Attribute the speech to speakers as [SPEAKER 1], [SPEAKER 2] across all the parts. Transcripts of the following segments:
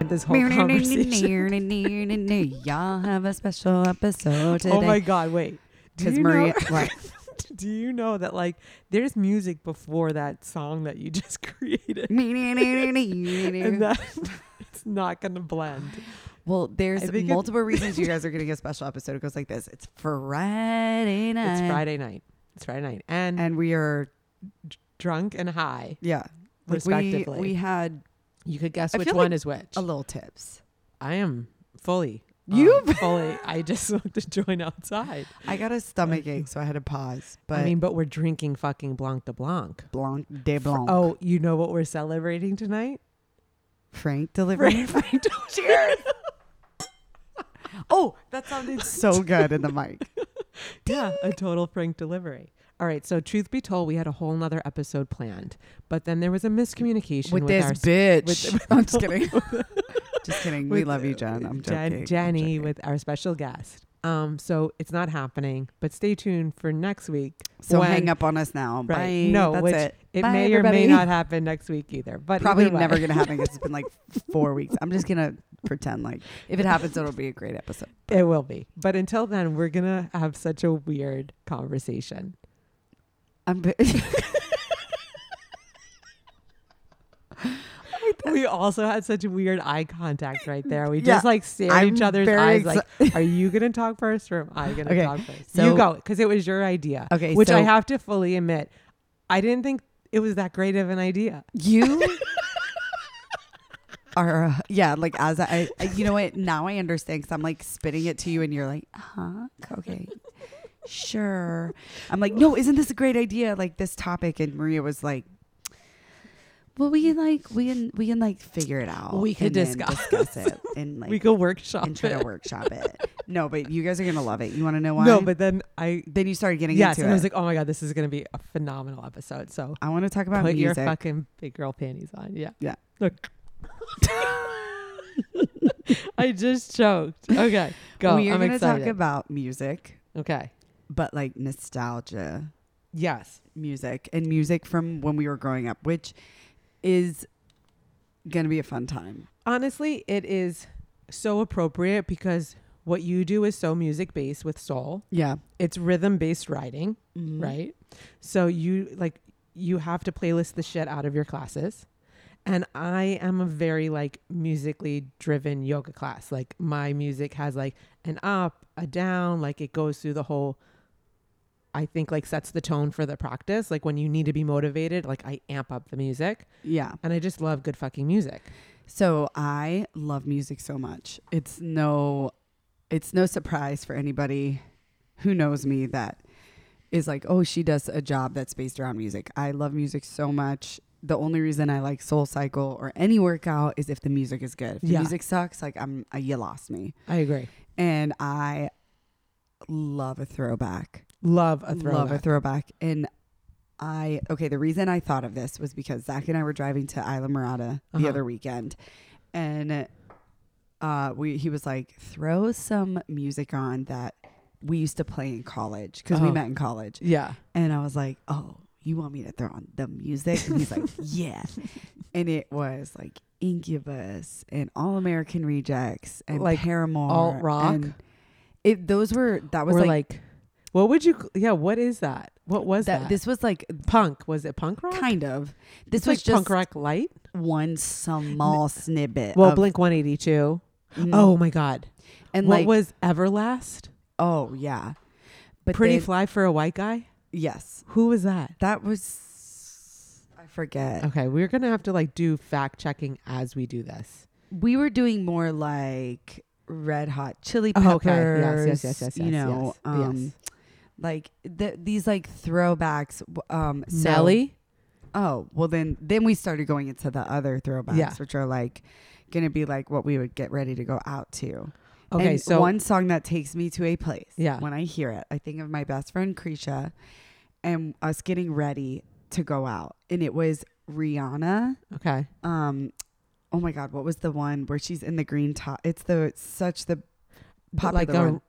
[SPEAKER 1] this whole conversation. Y'all have a special episode today.
[SPEAKER 2] Oh my god, wait. Do
[SPEAKER 1] Because
[SPEAKER 2] you know-
[SPEAKER 1] Maria, what?
[SPEAKER 2] do you know that like there's music before that song that you just created? And that it's not gonna blend.
[SPEAKER 1] well,
[SPEAKER 2] I
[SPEAKER 1] there's
[SPEAKER 2] think it-
[SPEAKER 1] multiple reasons you guys are getting a special episode. It goes like this: It's Friday night.
[SPEAKER 2] It's Friday night. It's Friday night. And,
[SPEAKER 1] and we are
[SPEAKER 2] drunk and high,
[SPEAKER 1] yeah, like we,
[SPEAKER 2] respectively.
[SPEAKER 1] we had
[SPEAKER 2] you could guess
[SPEAKER 1] I
[SPEAKER 2] which
[SPEAKER 1] feel
[SPEAKER 2] one
[SPEAKER 1] like
[SPEAKER 2] is which.
[SPEAKER 1] a little tips.
[SPEAKER 2] I am fully.
[SPEAKER 1] You-
[SPEAKER 2] um, fully. I just looked to join outside.
[SPEAKER 1] I got a stomach ache, so I had to pause. But
[SPEAKER 2] I mean, but we're drinking fucking Blanc de Blanc.
[SPEAKER 1] Blanc de Blanc.
[SPEAKER 2] Oh, you know what we're celebrating tonight?
[SPEAKER 1] Frank delivery.
[SPEAKER 2] Frank
[SPEAKER 1] Cheers. oh, that sounded so good in the mic.
[SPEAKER 2] Yeah, a total Frank delivery. All right, so truth be told, we had a whole nother episode planned, but then there was a miscommunication with,
[SPEAKER 1] With, this
[SPEAKER 2] our
[SPEAKER 1] bitch.
[SPEAKER 2] with-
[SPEAKER 1] I'm just kidding. just kidding. we
[SPEAKER 2] with-
[SPEAKER 1] love you, Jen.
[SPEAKER 2] Jen-
[SPEAKER 1] I'm joking. I'm
[SPEAKER 2] Jenny
[SPEAKER 1] joking.
[SPEAKER 2] with our special guest. Um, so it's not happening, but stay tuned for next week.
[SPEAKER 1] So
[SPEAKER 2] when-
[SPEAKER 1] hang up on us now.
[SPEAKER 2] Right?
[SPEAKER 1] Bye.
[SPEAKER 2] No,
[SPEAKER 1] That's
[SPEAKER 2] which
[SPEAKER 1] it. Bye,
[SPEAKER 2] may or
[SPEAKER 1] everybody.
[SPEAKER 2] may not happen next week either. But
[SPEAKER 1] Probably
[SPEAKER 2] either way.
[SPEAKER 1] never gonna happen 'cause it's been like four weeks. I'm just gonna pretend like if it happens, it'll be a great episode.
[SPEAKER 2] It will be. But until then, we're gonna have such a weird conversation.
[SPEAKER 1] I'm. b-
[SPEAKER 2] We also had such weird eye contact right there. We
[SPEAKER 1] Yeah,
[SPEAKER 2] just like stared at
[SPEAKER 1] I'm
[SPEAKER 2] each other's
[SPEAKER 1] very
[SPEAKER 2] eyes.
[SPEAKER 1] exci-
[SPEAKER 2] like, are you gonna talk first or am I gonna
[SPEAKER 1] Okay,
[SPEAKER 2] talk first?
[SPEAKER 1] so-
[SPEAKER 2] you go because it was your idea.
[SPEAKER 1] Okay,
[SPEAKER 2] which I
[SPEAKER 1] so-
[SPEAKER 2] have to fully admit, I didn't think it was that great of an idea.
[SPEAKER 1] You are, uh, yeah, like as I, I- you know what? Now I understand because I'm like spitting it to you, and you're like, huh? Okay, sure. I'm like, no, isn't this a great idea? Like this topic, and Maria was like, well, we can like we can we can like figure it out.
[SPEAKER 2] We could
[SPEAKER 1] and then
[SPEAKER 2] discuss.
[SPEAKER 1] discuss it and like
[SPEAKER 2] we go workshop.
[SPEAKER 1] and try to
[SPEAKER 2] it.
[SPEAKER 1] workshop it. No, but you guys are gonna love it. You want to know why?
[SPEAKER 2] No, but then I
[SPEAKER 1] then you started getting
[SPEAKER 2] yes,
[SPEAKER 1] into
[SPEAKER 2] and
[SPEAKER 1] it.
[SPEAKER 2] I was like, oh my god, this is gonna be a phenomenal episode. So
[SPEAKER 1] I want to talk about
[SPEAKER 2] put your
[SPEAKER 1] music.
[SPEAKER 2] fucking big girl panties on. Yeah.
[SPEAKER 1] Yeah.
[SPEAKER 2] Look. I just choked. Okay, go.
[SPEAKER 1] we are
[SPEAKER 2] I'm
[SPEAKER 1] gonna
[SPEAKER 2] excited.
[SPEAKER 1] talk about music,
[SPEAKER 2] okay.
[SPEAKER 1] but like nostalgia.
[SPEAKER 2] Yes.
[SPEAKER 1] music and music from when we were growing up, which is going to be a fun time.
[SPEAKER 2] honestly, it is so appropriate because what you do is so music based with soul.
[SPEAKER 1] Yeah.
[SPEAKER 2] It's rhythm based writing,
[SPEAKER 1] Mm-hmm.
[SPEAKER 2] right? So you like you have to playlist the shit out of your classes. And I am a very like musically driven yoga class. Like my music has like an up, a down, like it goes through the whole I think like sets the tone for the practice. Like when you need to be motivated, like I amp up the music.
[SPEAKER 1] Yeah.
[SPEAKER 2] And I just love good fucking music.
[SPEAKER 1] So I love music so much. It's no it's no surprise for anybody who knows me that is like, "Oh, she does a job that's based around music." I love music so much. The only reason I like Soul Cycle or any workout is if the music is good. If the
[SPEAKER 2] Yeah.
[SPEAKER 1] music sucks, like I'm I, you lost me.
[SPEAKER 2] I agree.
[SPEAKER 1] And I love a throwback.
[SPEAKER 2] Love a throwback.
[SPEAKER 1] Love a throwback. And I okay, the reason I thought of this was because Zach and I were driving to Isla Morada the
[SPEAKER 2] Uh-huh.
[SPEAKER 1] other weekend, and uh, we he was like, throw some music on that we used to play in college because we
[SPEAKER 2] Oh.
[SPEAKER 1] met in college,
[SPEAKER 2] Yeah.
[SPEAKER 1] and I was like, oh, you want me to throw on the music? And he's like, yeah, and it was like. Incubus and All American Rejects and
[SPEAKER 2] Like,
[SPEAKER 1] Paramore
[SPEAKER 2] alt rock?
[SPEAKER 1] and it those were that was
[SPEAKER 2] or
[SPEAKER 1] like,
[SPEAKER 2] like, what would you? Yeah, what is that? What was that?
[SPEAKER 1] that this was like
[SPEAKER 2] punk was it punk rock?
[SPEAKER 1] kind of this
[SPEAKER 2] It's
[SPEAKER 1] was
[SPEAKER 2] like
[SPEAKER 1] just
[SPEAKER 2] punk rock light.
[SPEAKER 1] one small snippet
[SPEAKER 2] Well,
[SPEAKER 1] of-
[SPEAKER 2] Blink One Eighty Two.
[SPEAKER 1] Mm.
[SPEAKER 2] Oh my God!
[SPEAKER 1] and
[SPEAKER 2] what
[SPEAKER 1] like
[SPEAKER 2] was Everlast?
[SPEAKER 1] oh yeah but
[SPEAKER 2] Pretty
[SPEAKER 1] then-
[SPEAKER 2] Fly for a White Guy.
[SPEAKER 1] yes
[SPEAKER 2] Who was that?
[SPEAKER 1] that was i forget
[SPEAKER 2] Okay, we're gonna have to like do fact checking as we do this.
[SPEAKER 1] we were doing more like red hot chili
[SPEAKER 2] Oh,
[SPEAKER 1] peppers
[SPEAKER 2] okay. Yes, yes, yes, yes,
[SPEAKER 1] you
[SPEAKER 2] yes,
[SPEAKER 1] know
[SPEAKER 2] yes,
[SPEAKER 1] um
[SPEAKER 2] yes.
[SPEAKER 1] like th- these like throwbacks w- um so,
[SPEAKER 2] Nelly.
[SPEAKER 1] oh well then then we started going into the other throwbacks
[SPEAKER 2] Yeah.
[SPEAKER 1] which are like gonna be like what we would get ready to go out to
[SPEAKER 2] Okay,
[SPEAKER 1] And
[SPEAKER 2] so
[SPEAKER 1] one song that takes me to a place.
[SPEAKER 2] Yeah.
[SPEAKER 1] When I hear it, I think of my best friend Krisha and us getting ready to go out. And it was Rihanna.
[SPEAKER 2] okay,
[SPEAKER 1] Um, oh my God, what was the one where she's in the green top? It's the such the
[SPEAKER 2] But
[SPEAKER 1] popular
[SPEAKER 2] like a
[SPEAKER 1] one.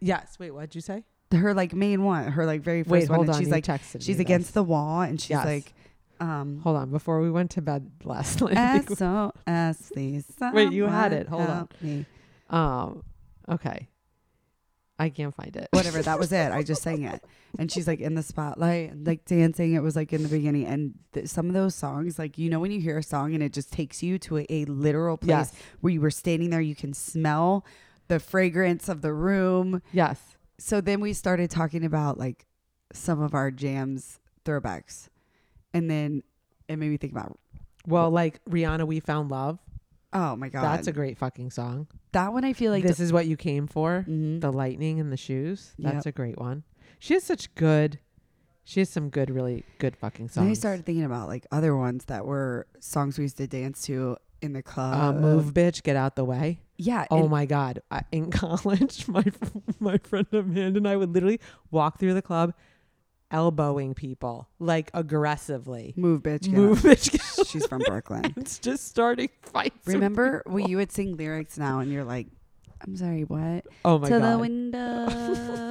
[SPEAKER 2] yes. Wait, what'd you say?
[SPEAKER 1] her like main one, her like very first
[SPEAKER 2] Wait,
[SPEAKER 1] one.
[SPEAKER 2] hold
[SPEAKER 1] and
[SPEAKER 2] on.
[SPEAKER 1] she's
[SPEAKER 2] you
[SPEAKER 1] like
[SPEAKER 2] texted
[SPEAKER 1] she's
[SPEAKER 2] me
[SPEAKER 1] against
[SPEAKER 2] this.
[SPEAKER 1] the wall and she's
[SPEAKER 2] Yes.
[SPEAKER 1] like Um,
[SPEAKER 2] Hold on, before we went to bed last night.
[SPEAKER 1] SOS, please.
[SPEAKER 2] Wait, you had
[SPEAKER 1] someone
[SPEAKER 2] it. Hold on.
[SPEAKER 1] help me.
[SPEAKER 2] um, okay. I can't find it.
[SPEAKER 1] Whatever, that was it. I just sang it. And she's like in the spotlight, and, like dancing. It was like in the beginning. And th- some of those songs, like, you know, when you hear a song and it just takes you to a, a literal place
[SPEAKER 2] Yes.
[SPEAKER 1] where you were standing there, you can smell the fragrance of the room.
[SPEAKER 2] Yes.
[SPEAKER 1] so then we started talking about like some of our jams throwbacks and then it made me think about
[SPEAKER 2] Well, like Rihanna, We Found Love.
[SPEAKER 1] oh my god
[SPEAKER 2] That's a great fucking song.
[SPEAKER 1] that one i feel like
[SPEAKER 2] Like this is what you came for.
[SPEAKER 1] Mhm.
[SPEAKER 2] The lightning and the shoes. That's a
[SPEAKER 1] Yep.
[SPEAKER 2] great one. She has such good. She has some good, really good fucking songs.
[SPEAKER 1] then i started thinking about like other ones that were songs we used to dance to in the
[SPEAKER 2] uh,
[SPEAKER 1] club
[SPEAKER 2] move, bitch, get out the way.
[SPEAKER 1] yeah
[SPEAKER 2] Oh
[SPEAKER 1] and
[SPEAKER 2] my god! I, in college, my my friend Amanda and I would literally walk through the club, elbowing people like aggressively.
[SPEAKER 1] move bitch get
[SPEAKER 2] Move, bitch, get
[SPEAKER 1] out. she's from brooklyn
[SPEAKER 2] it's just starting fights. with
[SPEAKER 1] remember
[SPEAKER 2] people.
[SPEAKER 1] when you would sing lyrics now and you're like i'm sorry what
[SPEAKER 2] Oh my
[SPEAKER 1] to
[SPEAKER 2] god!
[SPEAKER 1] the window,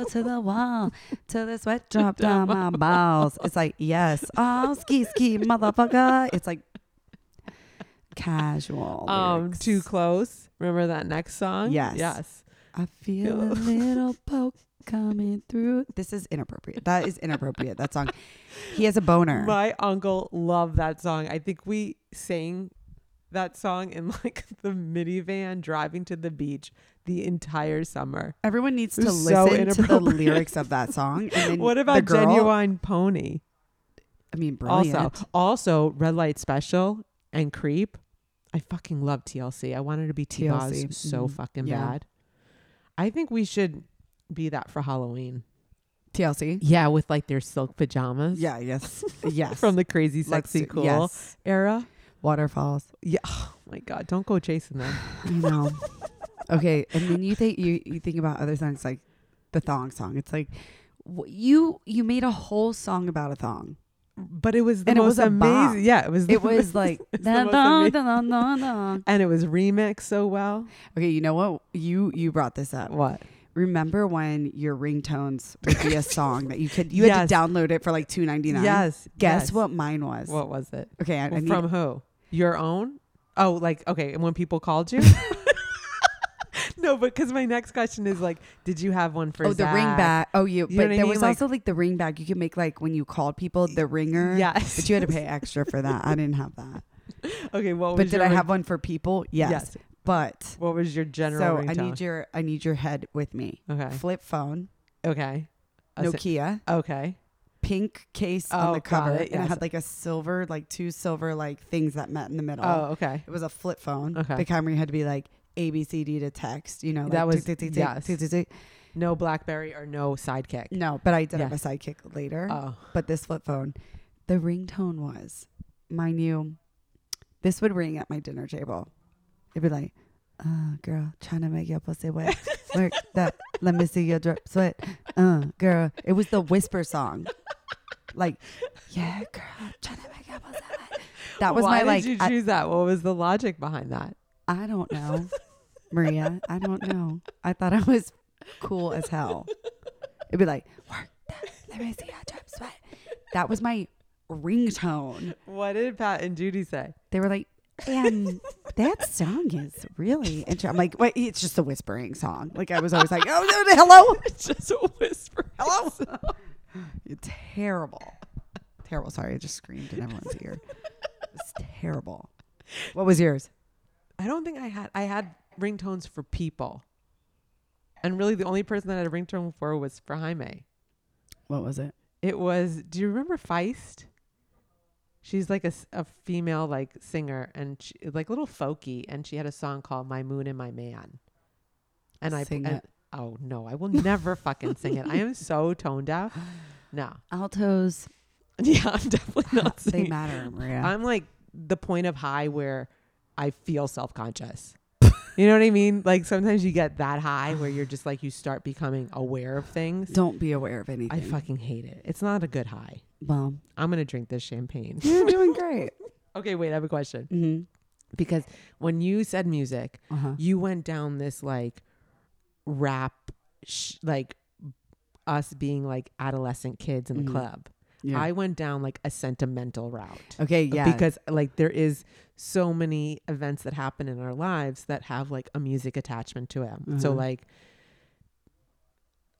[SPEAKER 1] to the wall, to the sweat drop down my balls. It's like, yes, oh, ski ski, motherfucker. It's like casual.
[SPEAKER 2] um,
[SPEAKER 1] lyrics.
[SPEAKER 2] too close. Remember that next song?
[SPEAKER 1] Yes.
[SPEAKER 2] Yes.
[SPEAKER 1] I feel a little poke coming through. This is inappropriate. That is inappropriate. That song. He has a boner.
[SPEAKER 2] My uncle loved that song. I think we sang that song in like the minivan driving to the beach the entire summer.
[SPEAKER 1] Everyone needs
[SPEAKER 2] It
[SPEAKER 1] to
[SPEAKER 2] was so
[SPEAKER 1] listen to the
[SPEAKER 2] inappropriate.
[SPEAKER 1] lyrics of that song. And then
[SPEAKER 2] What
[SPEAKER 1] the
[SPEAKER 2] about
[SPEAKER 1] girl,
[SPEAKER 2] Genuine Pony?
[SPEAKER 1] I mean, brilliant.
[SPEAKER 2] Also, also Red Light Special and Creep. I fucking love TLC. I wanted to be T Mm-hmm. Boz
[SPEAKER 1] TLC.
[SPEAKER 2] so
[SPEAKER 1] Mhm.
[SPEAKER 2] fucking
[SPEAKER 1] Yeah.
[SPEAKER 2] bad. I think we should be that for Halloween.
[SPEAKER 1] TLC.
[SPEAKER 2] Yeah, with like their silk pajamas.
[SPEAKER 1] Yeah. Yes. Yes.
[SPEAKER 2] From the crazy,
[SPEAKER 1] Let's
[SPEAKER 2] sexy,
[SPEAKER 1] do-
[SPEAKER 2] cool
[SPEAKER 1] yes.
[SPEAKER 2] era.
[SPEAKER 1] Waterfalls.
[SPEAKER 2] Oh my God, don't go chasing them.
[SPEAKER 1] I know. okay, and then you think you you think about other songs like the thong song. It's like wh- you you made a whole song about a thong.
[SPEAKER 2] but it was the
[SPEAKER 1] And it
[SPEAKER 2] most
[SPEAKER 1] was a
[SPEAKER 2] amazing.
[SPEAKER 1] bomb.
[SPEAKER 2] Yeah, it was. the
[SPEAKER 1] It was
[SPEAKER 2] most-
[SPEAKER 1] like
[SPEAKER 2] it's the
[SPEAKER 1] "Da
[SPEAKER 2] most
[SPEAKER 1] thong,
[SPEAKER 2] amazing-
[SPEAKER 1] da thong, thong, thong."
[SPEAKER 2] and it was remixed so well.
[SPEAKER 1] Okay, you know what? You you brought this up.
[SPEAKER 2] What?
[SPEAKER 1] Remember when your ringtones would be a song that you could you had to
[SPEAKER 2] Yes.
[SPEAKER 1] download it for like two ninety nine.
[SPEAKER 2] Yes.
[SPEAKER 1] Guess
[SPEAKER 2] yes.
[SPEAKER 1] what mine was?
[SPEAKER 2] What was it?
[SPEAKER 1] okay, I, I
[SPEAKER 2] Well,
[SPEAKER 1] need
[SPEAKER 2] from who? Your own? Oh, like okay. And when people called you. No, but because my next question is like, did you have one for
[SPEAKER 1] oh the ring
[SPEAKER 2] Zach?
[SPEAKER 1] back. Oh, you.
[SPEAKER 2] know
[SPEAKER 1] but
[SPEAKER 2] what I
[SPEAKER 1] there
[SPEAKER 2] mean?
[SPEAKER 1] was
[SPEAKER 2] Like-
[SPEAKER 1] also like the ring back. You could make like when you called people the ringer.
[SPEAKER 2] Yes,
[SPEAKER 1] But you had to pay extra for that. I didn't have that.
[SPEAKER 2] okay, what was
[SPEAKER 1] But did
[SPEAKER 2] your
[SPEAKER 1] I
[SPEAKER 2] ring-
[SPEAKER 1] have one for people? Yes. But
[SPEAKER 2] What was your general?
[SPEAKER 1] so I
[SPEAKER 2] ringtone?
[SPEAKER 1] need your I need your head with me.
[SPEAKER 2] Okay.
[SPEAKER 1] Flip phone,
[SPEAKER 2] Okay. A si-
[SPEAKER 1] Nokia,
[SPEAKER 2] okay.
[SPEAKER 1] pink case
[SPEAKER 2] Oh,
[SPEAKER 1] on the
[SPEAKER 2] got
[SPEAKER 1] cover,
[SPEAKER 2] it,
[SPEAKER 1] and it
[SPEAKER 2] yes.
[SPEAKER 1] had like a silver, like two silver like things that met in the middle.
[SPEAKER 2] Oh, okay.
[SPEAKER 1] It was a flip phone.
[SPEAKER 2] Okay.
[SPEAKER 1] The kind where you had to be like A B C D to text. You know, like,
[SPEAKER 2] That was-
[SPEAKER 1] tick, tick, tick,
[SPEAKER 2] yes.
[SPEAKER 1] tick, tick, tick.
[SPEAKER 2] No BlackBerry or no Sidekick.
[SPEAKER 1] No, but I did have a sidekick later.
[SPEAKER 2] Oh,
[SPEAKER 1] but this flip phone, the ringtone was, mind you, this would ring at my dinner table. It'd be like, uh, girl, trying to make your pussy wet. Work that. Let me see your drip sweat. Uh, girl. It was the whisper song. Like, yeah, girl, trying to make your pussy wet. That was
[SPEAKER 2] Why
[SPEAKER 1] my, like,
[SPEAKER 2] Did you
[SPEAKER 1] I,
[SPEAKER 2] choose that? What was the logic behind that?
[SPEAKER 1] I don't know, Maria. I don't know. I thought I was cool as hell. It'd be like, work that. Let me see your drip sweat. That was my ringtone.
[SPEAKER 2] What did Pat and Judy say?
[SPEAKER 1] they were like, um, that song is really interesting. I'm like, wait, it's just a whispering song. Like I was always like, oh no, no, hello,
[SPEAKER 2] It's just a whisper.
[SPEAKER 1] hello. terrible, terrible. Sorry, I just screamed in everyone's ear. It's terrible. What was yours?
[SPEAKER 2] I don't think I had. I had ringtones for people, and really the only person that I had a ringtone for was for Jaime.
[SPEAKER 1] What was it?
[SPEAKER 2] It was. Do you remember Feist? She's like a, s- a female like singer and she, like little folky, and she had a song called "My Moon and My Man," and I
[SPEAKER 1] Sing
[SPEAKER 2] and-
[SPEAKER 1] it.
[SPEAKER 2] Oh no, I will never fucking sing it. I am so tone deaf. No.
[SPEAKER 1] Altos.
[SPEAKER 2] Yeah, I'm definitely not
[SPEAKER 1] They
[SPEAKER 2] singing.
[SPEAKER 1] matter, Maria.
[SPEAKER 2] I'm like the point of high where I feel self conscious. you know what I mean? Like sometimes you get that high where you're just like you start becoming aware of things.
[SPEAKER 1] Don't be aware of anything.
[SPEAKER 2] I fucking hate it. It's not a good high.
[SPEAKER 1] Well,
[SPEAKER 2] I'm gonna drink this champagne.
[SPEAKER 1] you're doing great.
[SPEAKER 2] okay, wait, I have a question.
[SPEAKER 1] hmm
[SPEAKER 2] Because when you said music,
[SPEAKER 1] Uh-huh.
[SPEAKER 2] you went down this like rap, sh- like us being like adolescent kids in the
[SPEAKER 1] Mhm.
[SPEAKER 2] club.
[SPEAKER 1] Yeah.
[SPEAKER 2] I went down like a sentimental route.
[SPEAKER 1] Okay, yeah.
[SPEAKER 2] Because like there is so many events that happen in our lives that have like a music attachment to them. So
[SPEAKER 1] Uh-huh.
[SPEAKER 2] like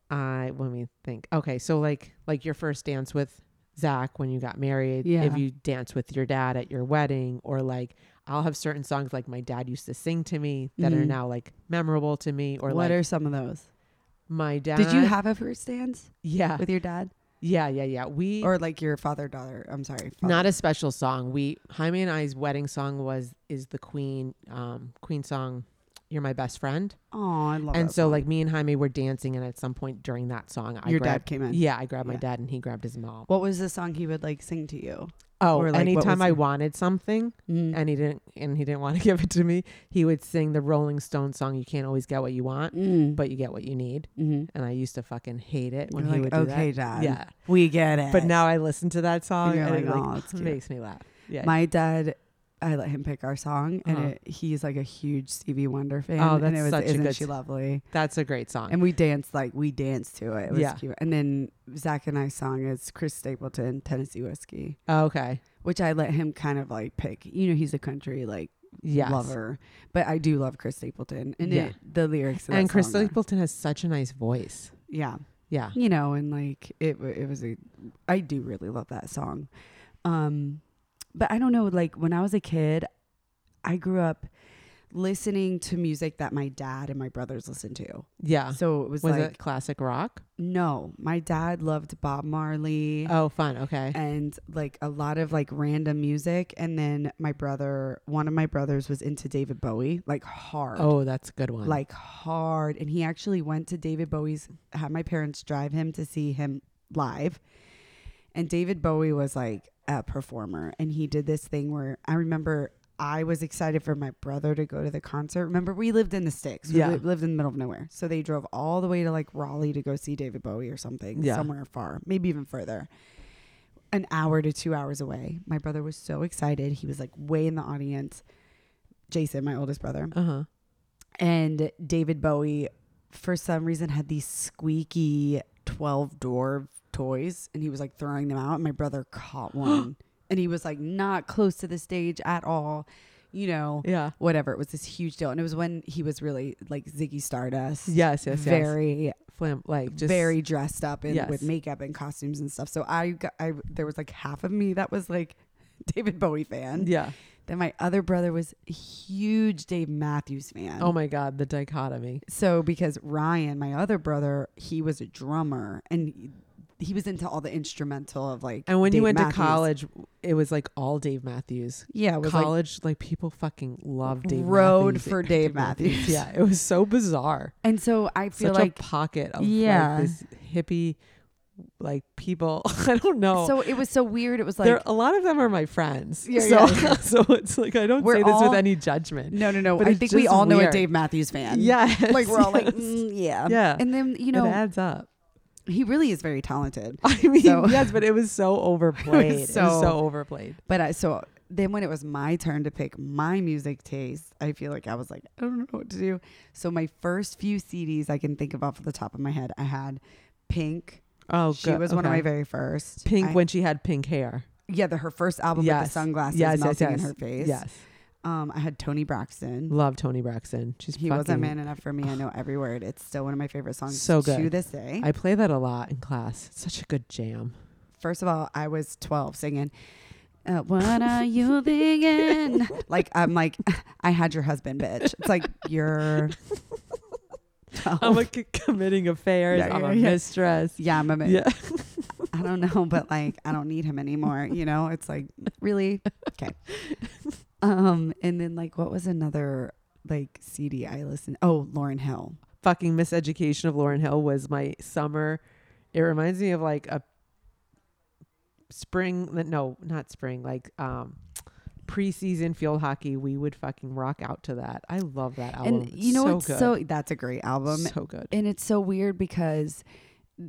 [SPEAKER 2] I when we think okay, so like like your first dance with Zach when you got married,
[SPEAKER 1] Yeah.
[SPEAKER 2] if you dance with your dad at your wedding, or like I'll have certain songs like my dad used to sing to me that are
[SPEAKER 1] Mhm.
[SPEAKER 2] now like memorable to me, or
[SPEAKER 1] what
[SPEAKER 2] like
[SPEAKER 1] are some of those?
[SPEAKER 2] my dad.
[SPEAKER 1] Did you have a first dance
[SPEAKER 2] Yeah,
[SPEAKER 1] with your dad
[SPEAKER 2] yeah, yeah, yeah. We
[SPEAKER 1] or like your father daughter? I'm sorry. Father.
[SPEAKER 2] not a special song. We Jaime and I's wedding song was is the Queen um Queen song You're My Best Friend.
[SPEAKER 1] Oh, I love
[SPEAKER 2] and
[SPEAKER 1] that
[SPEAKER 2] so
[SPEAKER 1] song.
[SPEAKER 2] like me and Jaime were dancing and at some point during that song I
[SPEAKER 1] your dad
[SPEAKER 2] grabbed
[SPEAKER 1] came in.
[SPEAKER 2] Yeah, I grabbed my
[SPEAKER 1] Yeah.
[SPEAKER 2] dad and he grabbed his mom.
[SPEAKER 1] What was the song he would like sing to you?
[SPEAKER 2] Oh,
[SPEAKER 1] or, like, what
[SPEAKER 2] anytime
[SPEAKER 1] was Mm-hmm.
[SPEAKER 2] I
[SPEAKER 1] it?
[SPEAKER 2] wanted something Mm-hmm. and he didn't and he didn't want to give it to me, he would sing the Rolling Stone song You can't always get what you want,
[SPEAKER 1] Mm.
[SPEAKER 2] but you get what you need.
[SPEAKER 1] Mhm.
[SPEAKER 2] And I used to fucking hate it when
[SPEAKER 1] You're
[SPEAKER 2] he
[SPEAKER 1] like,
[SPEAKER 2] would do
[SPEAKER 1] okay,
[SPEAKER 2] that.
[SPEAKER 1] dad.
[SPEAKER 2] Yeah.
[SPEAKER 1] We get it.
[SPEAKER 2] But now I listen to that song
[SPEAKER 1] you're
[SPEAKER 2] and,
[SPEAKER 1] like,
[SPEAKER 2] it like,
[SPEAKER 1] "Oh, it's cute."
[SPEAKER 2] makes me laugh. Yeah.
[SPEAKER 1] my dad, I let him pick our song,
[SPEAKER 2] Uh-huh.
[SPEAKER 1] and it, he's like a huge Stevie Wonder fan.
[SPEAKER 2] Oh,
[SPEAKER 1] and
[SPEAKER 2] that's
[SPEAKER 1] it was
[SPEAKER 2] such a
[SPEAKER 1] Isn't
[SPEAKER 2] good
[SPEAKER 1] She
[SPEAKER 2] s-
[SPEAKER 1] Lovely?
[SPEAKER 2] That's a great song.
[SPEAKER 1] And we danced like we danced to it. It was
[SPEAKER 2] Yeah.
[SPEAKER 1] cute. And then Zach and I song is Chris Stapleton, Tennessee Whiskey,
[SPEAKER 2] Okay.
[SPEAKER 1] which I let him kind of like pick. You know, he's a country like
[SPEAKER 2] Yes.
[SPEAKER 1] lover, but I do love Chris Stapleton, and
[SPEAKER 2] Yeah.
[SPEAKER 1] it, the lyrics. Of
[SPEAKER 2] And
[SPEAKER 1] that
[SPEAKER 2] Chris
[SPEAKER 1] song are-
[SPEAKER 2] Stapleton has such a nice voice.
[SPEAKER 1] yeah,
[SPEAKER 2] Yeah.
[SPEAKER 1] you know, and like it, wa- it was a. I do really love that song, um, but I don't know. Like when I was a kid, I grew up listening to music that my dad and my brothers listened to.
[SPEAKER 2] Yeah.
[SPEAKER 1] So it was,
[SPEAKER 2] Uh, was
[SPEAKER 1] like
[SPEAKER 2] it classic rock?
[SPEAKER 1] no, my dad loved Bob Marley.
[SPEAKER 2] Oh, fun. Okay.
[SPEAKER 1] and like a lot of like random music and then my brother one of my brothers was into David Bowie like hard
[SPEAKER 2] Oh, that's a good one.
[SPEAKER 1] like hard and he actually went to David Bowie's had my parents drive him to see him live and David Bowie was like a performer and he did this thing where I remember I was excited for my brother to go to the concert. Remember, we lived in the sticks. We
[SPEAKER 2] Yeah.
[SPEAKER 1] li- lived in the middle of nowhere. So they drove all the way to like Raleigh to go see David Bowie or something,
[SPEAKER 2] Yeah.
[SPEAKER 1] somewhere far, maybe even further. An hour to two hours away. My brother was so excited. He was like way in the audience. Jason, my oldest brother
[SPEAKER 2] uh huh.
[SPEAKER 1] and David Bowie for some reason had these squeaky 12 dwarf toys and he was like throwing them out and my brother caught one and he was like not close to the stage at all you know
[SPEAKER 2] Yeah.
[SPEAKER 1] whatever it was this huge deal and it was when he was really like Ziggy Stardust
[SPEAKER 2] Yes. Yes. yes.
[SPEAKER 1] very
[SPEAKER 2] Flim. Like just
[SPEAKER 1] very dressed up and
[SPEAKER 2] Yes.
[SPEAKER 1] with makeup and costumes and stuff so I got, I there was like half of me that was like David Bowie fan
[SPEAKER 2] Yeah.
[SPEAKER 1] then my other brother was a huge Dave Matthews fan
[SPEAKER 2] Oh my God. The dichotomy.
[SPEAKER 1] so because Ryan, my other brother, he was a drummer and he- he was into all the instrumental of like.
[SPEAKER 2] And when you
[SPEAKER 1] Dave
[SPEAKER 2] went
[SPEAKER 1] Matthews.
[SPEAKER 2] to college, it was like all Dave Matthews.
[SPEAKER 1] yeah, it was like
[SPEAKER 2] college, like, people fucking love Dave
[SPEAKER 1] Rode
[SPEAKER 2] Matthews.
[SPEAKER 1] for Dave Matthews.
[SPEAKER 2] Yeah. It was so bizarre.
[SPEAKER 1] and so I feel
[SPEAKER 2] Such
[SPEAKER 1] like
[SPEAKER 2] a pocket of
[SPEAKER 1] Yeah.
[SPEAKER 2] like this hippie, like people. I don't know.
[SPEAKER 1] so it was so weird. It was
[SPEAKER 2] there
[SPEAKER 1] like
[SPEAKER 2] a lot of them are my friends.
[SPEAKER 1] Yeah,
[SPEAKER 2] so
[SPEAKER 1] yeah.
[SPEAKER 2] so it's like I don't
[SPEAKER 1] We're
[SPEAKER 2] say this
[SPEAKER 1] all-
[SPEAKER 2] with any judgment.
[SPEAKER 1] no, no, no.
[SPEAKER 2] but
[SPEAKER 1] I
[SPEAKER 2] it's
[SPEAKER 1] think we
[SPEAKER 2] just
[SPEAKER 1] all know a
[SPEAKER 2] weird.
[SPEAKER 1] Dave Matthews fan.
[SPEAKER 2] Yeah.
[SPEAKER 1] like we're all like mm, yeah,
[SPEAKER 2] Yeah.
[SPEAKER 1] And then you
[SPEAKER 2] it
[SPEAKER 1] know
[SPEAKER 2] adds up.
[SPEAKER 1] he really is very talented.
[SPEAKER 2] I mean,
[SPEAKER 1] So-
[SPEAKER 2] yes, but it was so overplayed. it, was so,
[SPEAKER 1] so-
[SPEAKER 2] overplayed.
[SPEAKER 1] But I so then when it was my turn to pick my music taste, I feel like I was like, I don't know what to do. So my first few CDs I can think of off the top of my head, I had Pink.
[SPEAKER 2] Oh,
[SPEAKER 1] she was one of my very first.
[SPEAKER 2] pink
[SPEAKER 1] I-
[SPEAKER 2] when she had pink hair.
[SPEAKER 1] yeah, the, her first album with
[SPEAKER 2] Yes.
[SPEAKER 1] the sunglasses
[SPEAKER 2] Yes, yes,
[SPEAKER 1] melting
[SPEAKER 2] yes.
[SPEAKER 1] in her face.
[SPEAKER 2] Yes,
[SPEAKER 1] Um, I had Tony Braxton.
[SPEAKER 2] love Tony Braxton. She's
[SPEAKER 1] He
[SPEAKER 2] fucking,
[SPEAKER 1] wasn't man enough for me. I know every word. It's still one of my favorite songs
[SPEAKER 2] So
[SPEAKER 1] to
[SPEAKER 2] good.
[SPEAKER 1] this day.
[SPEAKER 2] I play that a lot in class. It's such a good jam.
[SPEAKER 1] First of all, I was 12 singing, uh, What are you thinking? like, I'm like, I had your husband, bitch. It's like, you're 12.
[SPEAKER 2] I'm like committing affairs.
[SPEAKER 1] Oh. Yeah,
[SPEAKER 2] I'm
[SPEAKER 1] yeah,
[SPEAKER 2] a
[SPEAKER 1] yeah.
[SPEAKER 2] mistress.
[SPEAKER 1] yeah, I'm a man.
[SPEAKER 2] Yeah,
[SPEAKER 1] I don't know, but like, I don't need him anymore. You know, it's like, really? Okay. Um, and then, like, what was another like CD I listened? Oh, Lauren Hill.
[SPEAKER 2] fucking miseducation of Lauren Hill was my summer. It reminds me of like a spring. No, not spring. Like um, preseason field hockey. We would fucking rock out to that. I love that album.
[SPEAKER 1] And you know,
[SPEAKER 2] so
[SPEAKER 1] it's
[SPEAKER 2] good.
[SPEAKER 1] so, that's a great album.
[SPEAKER 2] so good.
[SPEAKER 1] And it's so weird because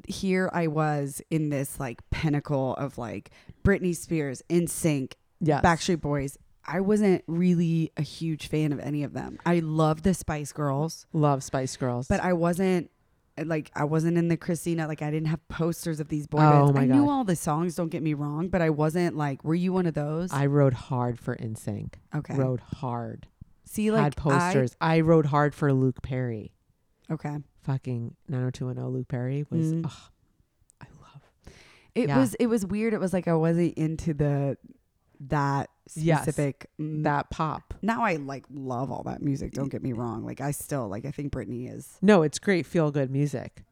[SPEAKER 1] here I was in this like pinnacle of like Britney Spears, NSYNC,
[SPEAKER 2] Yes.
[SPEAKER 1] Backstreet Boys. I wasn't really a huge fan of any of them. I loved the Spice Girls,
[SPEAKER 2] love Spice Girls.
[SPEAKER 1] but I wasn't eh, like I wasn't in the Christina. Like I didn't have posters of these boy
[SPEAKER 2] Oh,
[SPEAKER 1] bands.
[SPEAKER 2] my
[SPEAKER 1] I knew
[SPEAKER 2] God.
[SPEAKER 1] all the songs. Don't get me wrong, but I wasn't like. Were you one of those?
[SPEAKER 2] I rode hard for NSYNC.
[SPEAKER 1] okay.
[SPEAKER 2] Rode hard.
[SPEAKER 1] See, like
[SPEAKER 2] Had
[SPEAKER 1] I-
[SPEAKER 2] posters. I, rode hard for Luke Perry.
[SPEAKER 1] okay.
[SPEAKER 2] Fucking 90210 Luke Perry was.
[SPEAKER 1] Mm.
[SPEAKER 2] ugh, I love.
[SPEAKER 1] It
[SPEAKER 2] Yeah.
[SPEAKER 1] was it was weird. It was like I wasn't into the that
[SPEAKER 2] Yes.
[SPEAKER 1] specific mm,
[SPEAKER 2] that pop.
[SPEAKER 1] Now I like love all that music. Don't get me wrong. Like I still like I think Britney is
[SPEAKER 2] No, it's great feel good music.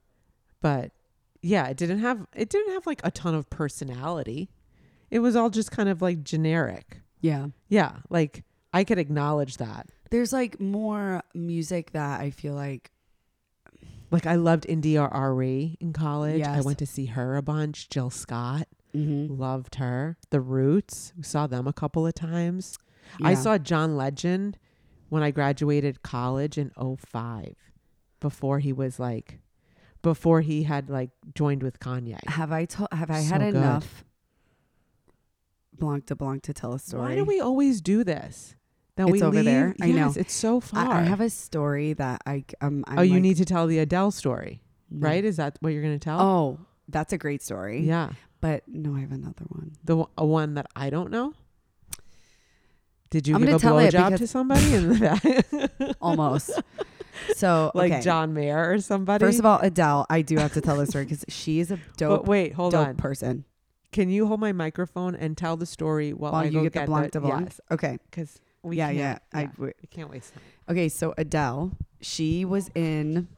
[SPEAKER 2] But yeah, it didn't have it didn't have like a ton of personality. It was all just kind of like generic.
[SPEAKER 1] yeah.
[SPEAKER 2] Yeah, like I could acknowledge that.
[SPEAKER 1] There's like more music that I feel like
[SPEAKER 2] Like I loved India RE in college. I
[SPEAKER 1] Yes.
[SPEAKER 2] went to see her a bunch. Jill Scott, loved her. The Roots, we saw them a couple of times. I
[SPEAKER 1] Yeah.
[SPEAKER 2] saw John Legend when I graduated college in '05, before he was like before he had like joined with Kanye.
[SPEAKER 1] Have I told have I
[SPEAKER 2] So
[SPEAKER 1] had
[SPEAKER 2] good.
[SPEAKER 1] enough Blanc de Blanc to tell a story?
[SPEAKER 2] Why do we always do this? That
[SPEAKER 1] It's
[SPEAKER 2] we
[SPEAKER 1] over
[SPEAKER 2] leave-
[SPEAKER 1] there. I
[SPEAKER 2] Yes,
[SPEAKER 1] know.
[SPEAKER 2] It's so far.
[SPEAKER 1] I, I have a story that I um I'm
[SPEAKER 2] oh, you
[SPEAKER 1] like,
[SPEAKER 2] need to tell the Adele story,
[SPEAKER 1] no.
[SPEAKER 2] right? Is that what you're going to tell?
[SPEAKER 1] Oh, that's a great story.
[SPEAKER 2] yeah.
[SPEAKER 1] But no, I have another one.
[SPEAKER 2] The w- a one that I don't know. Did you
[SPEAKER 1] I'm
[SPEAKER 2] give
[SPEAKER 1] gonna
[SPEAKER 2] a
[SPEAKER 1] tell it
[SPEAKER 2] blowjob
[SPEAKER 1] because-
[SPEAKER 2] to somebody in the back?
[SPEAKER 1] Almost. so
[SPEAKER 2] like
[SPEAKER 1] okay.
[SPEAKER 2] John Mayer or somebody?
[SPEAKER 1] First of all, Adele, I do have to tell this story because she is a
[SPEAKER 2] but
[SPEAKER 1] dope,
[SPEAKER 2] wait, hold
[SPEAKER 1] dope
[SPEAKER 2] on.
[SPEAKER 1] person.
[SPEAKER 2] Can you hold my microphone and tell the story while,
[SPEAKER 1] While
[SPEAKER 2] I
[SPEAKER 1] you
[SPEAKER 2] go
[SPEAKER 1] get, the blanc
[SPEAKER 2] the,
[SPEAKER 1] de blanc.
[SPEAKER 2] Yes,
[SPEAKER 1] Okay.
[SPEAKER 2] because we
[SPEAKER 1] yeah,
[SPEAKER 2] can't,
[SPEAKER 1] yeah. I,
[SPEAKER 2] yeah,
[SPEAKER 1] w-
[SPEAKER 2] we can't waste time.
[SPEAKER 1] okay, so Adele, she was in,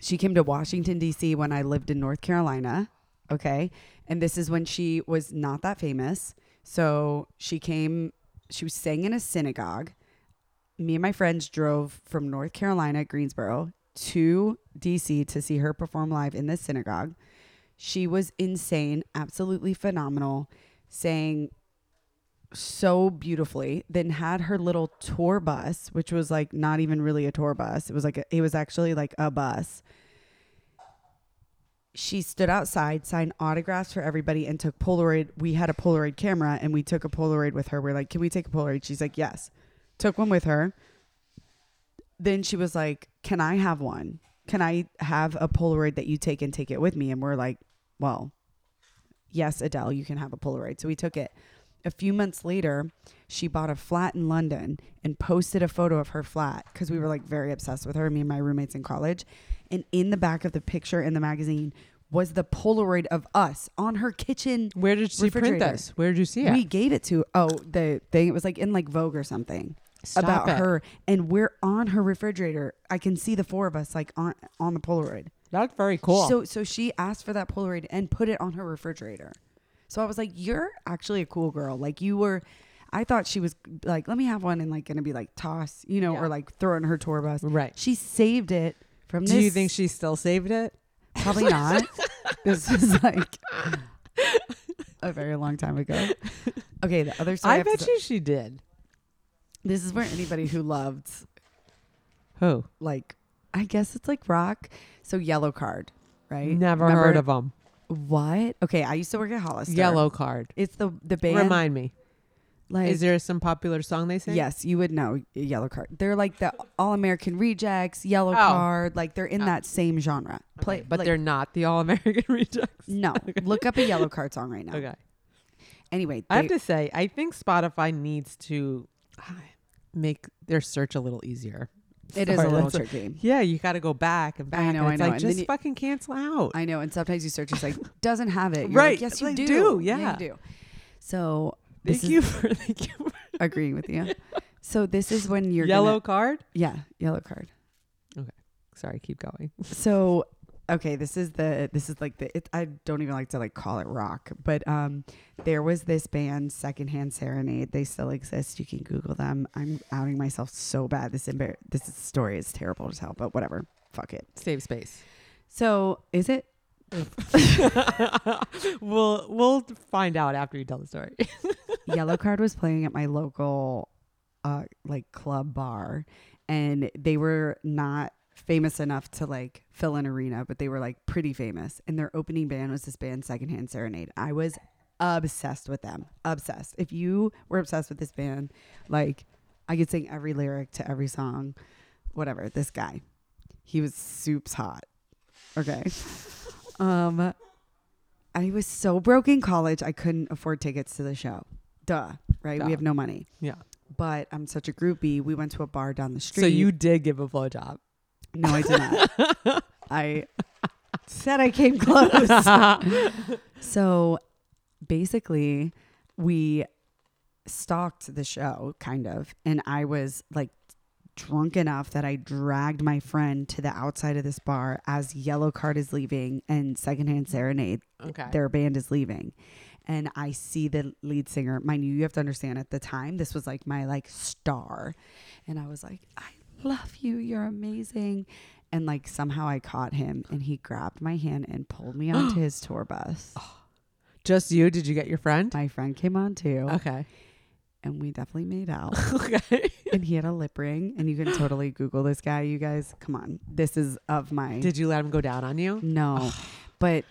[SPEAKER 1] she came to Washington, D.C. when I lived in North Carolina. Okay. And this is when she was not that famous. So she came, she was sang in a synagogue. Me and my friends drove from North Carolina, Greensboro, to DC to see her perform live in this synagogue. She was insane, absolutely phenomenal, sang so beautifully. Then had her little tour bus, which was like not even really a tour bus. It was like a, it was actually like a bus. She stood outside, signed autographs for everybody, and took Polaroid. We had a Polaroid camera, and we took a Polaroid with her. We're like, "Can we take a Polaroid?" She's like, "Yes." Took one with her. Then she was like, "Can I have one? Can I have a Polaroid that you take and take it with me?" And we're like, "Well, yes, Adele, you can have a Polaroid." So we took it. A few months later, she bought a flat in London and posted a photo of her flat because we were like very obsessed with her, me and my roommates in college. And in the back of the picture in the magazine was the Polaroid of us on her kitchen.
[SPEAKER 2] Where did she print
[SPEAKER 1] Refrigerator.
[SPEAKER 2] this? Where did you see it?
[SPEAKER 1] We gave it to oh the thing. It was like in like Vogue or something
[SPEAKER 2] Stop
[SPEAKER 1] about
[SPEAKER 2] it.
[SPEAKER 1] her, and we're on her refrigerator. I can see the four of us like on on the Polaroid.
[SPEAKER 2] That's very cool.
[SPEAKER 1] So so she asked for that Polaroid and put it on her refrigerator. So I was like, "You're actually a cool girl. Like you were." I thought she was like, "Let me have one," and like gonna be like toss, you know,
[SPEAKER 2] Yeah.
[SPEAKER 1] or like throw it in her tour bus.
[SPEAKER 2] right.
[SPEAKER 1] She saved it from this.
[SPEAKER 2] Do you think she still saved it?
[SPEAKER 1] probably not? this is like a very long time ago. Okay, the other story.
[SPEAKER 2] I
[SPEAKER 1] have to
[SPEAKER 2] bet
[SPEAKER 1] tell-
[SPEAKER 2] you she did.
[SPEAKER 1] this is where anybody who loved
[SPEAKER 2] Who?
[SPEAKER 1] like I guess it's like rock. So yellow card, right?
[SPEAKER 2] Never
[SPEAKER 1] Remember-
[SPEAKER 2] heard of them.
[SPEAKER 1] what? Okay, I used to work at Hollister.
[SPEAKER 2] Yellow Card.
[SPEAKER 1] It's the the band.
[SPEAKER 2] Remind me.
[SPEAKER 1] like,
[SPEAKER 2] is there some popular song they sing?
[SPEAKER 1] Yes, you would know Yellow Card. They're like the All American Rejects, Yellow
[SPEAKER 2] Oh.
[SPEAKER 1] Card. Like they're in
[SPEAKER 2] Oh.
[SPEAKER 1] that same genre. Play,
[SPEAKER 2] but
[SPEAKER 1] like-
[SPEAKER 2] they're not the All American Rejects.
[SPEAKER 1] no. Look up a Yellow Card song right now.
[SPEAKER 2] Okay.
[SPEAKER 1] Anyway,
[SPEAKER 2] I have
[SPEAKER 1] they-
[SPEAKER 2] to say, I think Spotify needs to make their search a little easier.
[SPEAKER 1] it is a
[SPEAKER 2] Sorry,
[SPEAKER 1] little
[SPEAKER 2] that's a-
[SPEAKER 1] tricky.
[SPEAKER 2] Yeah, you got to go back and back.
[SPEAKER 1] I know,
[SPEAKER 2] and
[SPEAKER 1] I
[SPEAKER 2] it's
[SPEAKER 1] know,
[SPEAKER 2] Like,
[SPEAKER 1] and then
[SPEAKER 2] just
[SPEAKER 1] you-
[SPEAKER 2] fucking cancel out.
[SPEAKER 1] I know, and sometimes you search, it's like doesn't have it. You're like,
[SPEAKER 2] Right,
[SPEAKER 1] yes, you
[SPEAKER 2] they
[SPEAKER 1] do.
[SPEAKER 2] do, yeah.
[SPEAKER 1] you do. So this
[SPEAKER 2] thank
[SPEAKER 1] is
[SPEAKER 2] you for thank you. For
[SPEAKER 1] agreeing with you. So this is when you're
[SPEAKER 2] yellow
[SPEAKER 1] gonna-
[SPEAKER 2] card.
[SPEAKER 1] yeah, Yellow Card.
[SPEAKER 2] Sorry, keep going.
[SPEAKER 1] So okay, this is the this is like the it, I don't even like to like call it rock, but um, there was this band Secondhand Serenade. They still exist. You can Google them. I'm outing myself so bad. This embar- this story is terrible to tell, but whatever. Fuck it.
[SPEAKER 2] Save space.
[SPEAKER 1] So is it?
[SPEAKER 2] we'll we'll find out after you tell the story.
[SPEAKER 1] Yellow Card was playing at my local uh like club bar and they were not famous enough to like fill an arena, but they were like pretty famous. And their opening band was this band Secondhand Serenade. I was obsessed with them. Obsessed. If you were obsessed with this band, like I could sing every lyric to every song, whatever, this guy. He was soups hot. Okay. um I was so broke in college I couldn't afford tickets to the show. Duh. Right?
[SPEAKER 2] Duh.
[SPEAKER 1] We have no money.
[SPEAKER 2] Yeah.
[SPEAKER 1] But I'm such a groupie. We went to a bar down the street.
[SPEAKER 2] So you did give a blowjob.
[SPEAKER 1] No, I did not. I said I came close. so basically, we stalked the show, kind of. And I was like drunk enough that I dragged my friend to the outside of this bar as Yellow Card is leaving and Secondhand Serenade,
[SPEAKER 2] Okay.
[SPEAKER 1] their band is leaving. And I see the lead singer. Mind you, you have to understand at the time, this was like my like star. And I was like, I love you. You're amazing. And like somehow I caught him and he grabbed my hand and pulled me onto his tour bus.
[SPEAKER 2] Oh. Just you? Did you get your friend?
[SPEAKER 1] My friend came on too,
[SPEAKER 2] Okay.
[SPEAKER 1] and we definitely made out.
[SPEAKER 2] Okay.
[SPEAKER 1] and he had a lip ring, and you can totally Google this guy. You guys, come on, this is of my
[SPEAKER 2] Did you let him go down on you? Oh.
[SPEAKER 1] no, but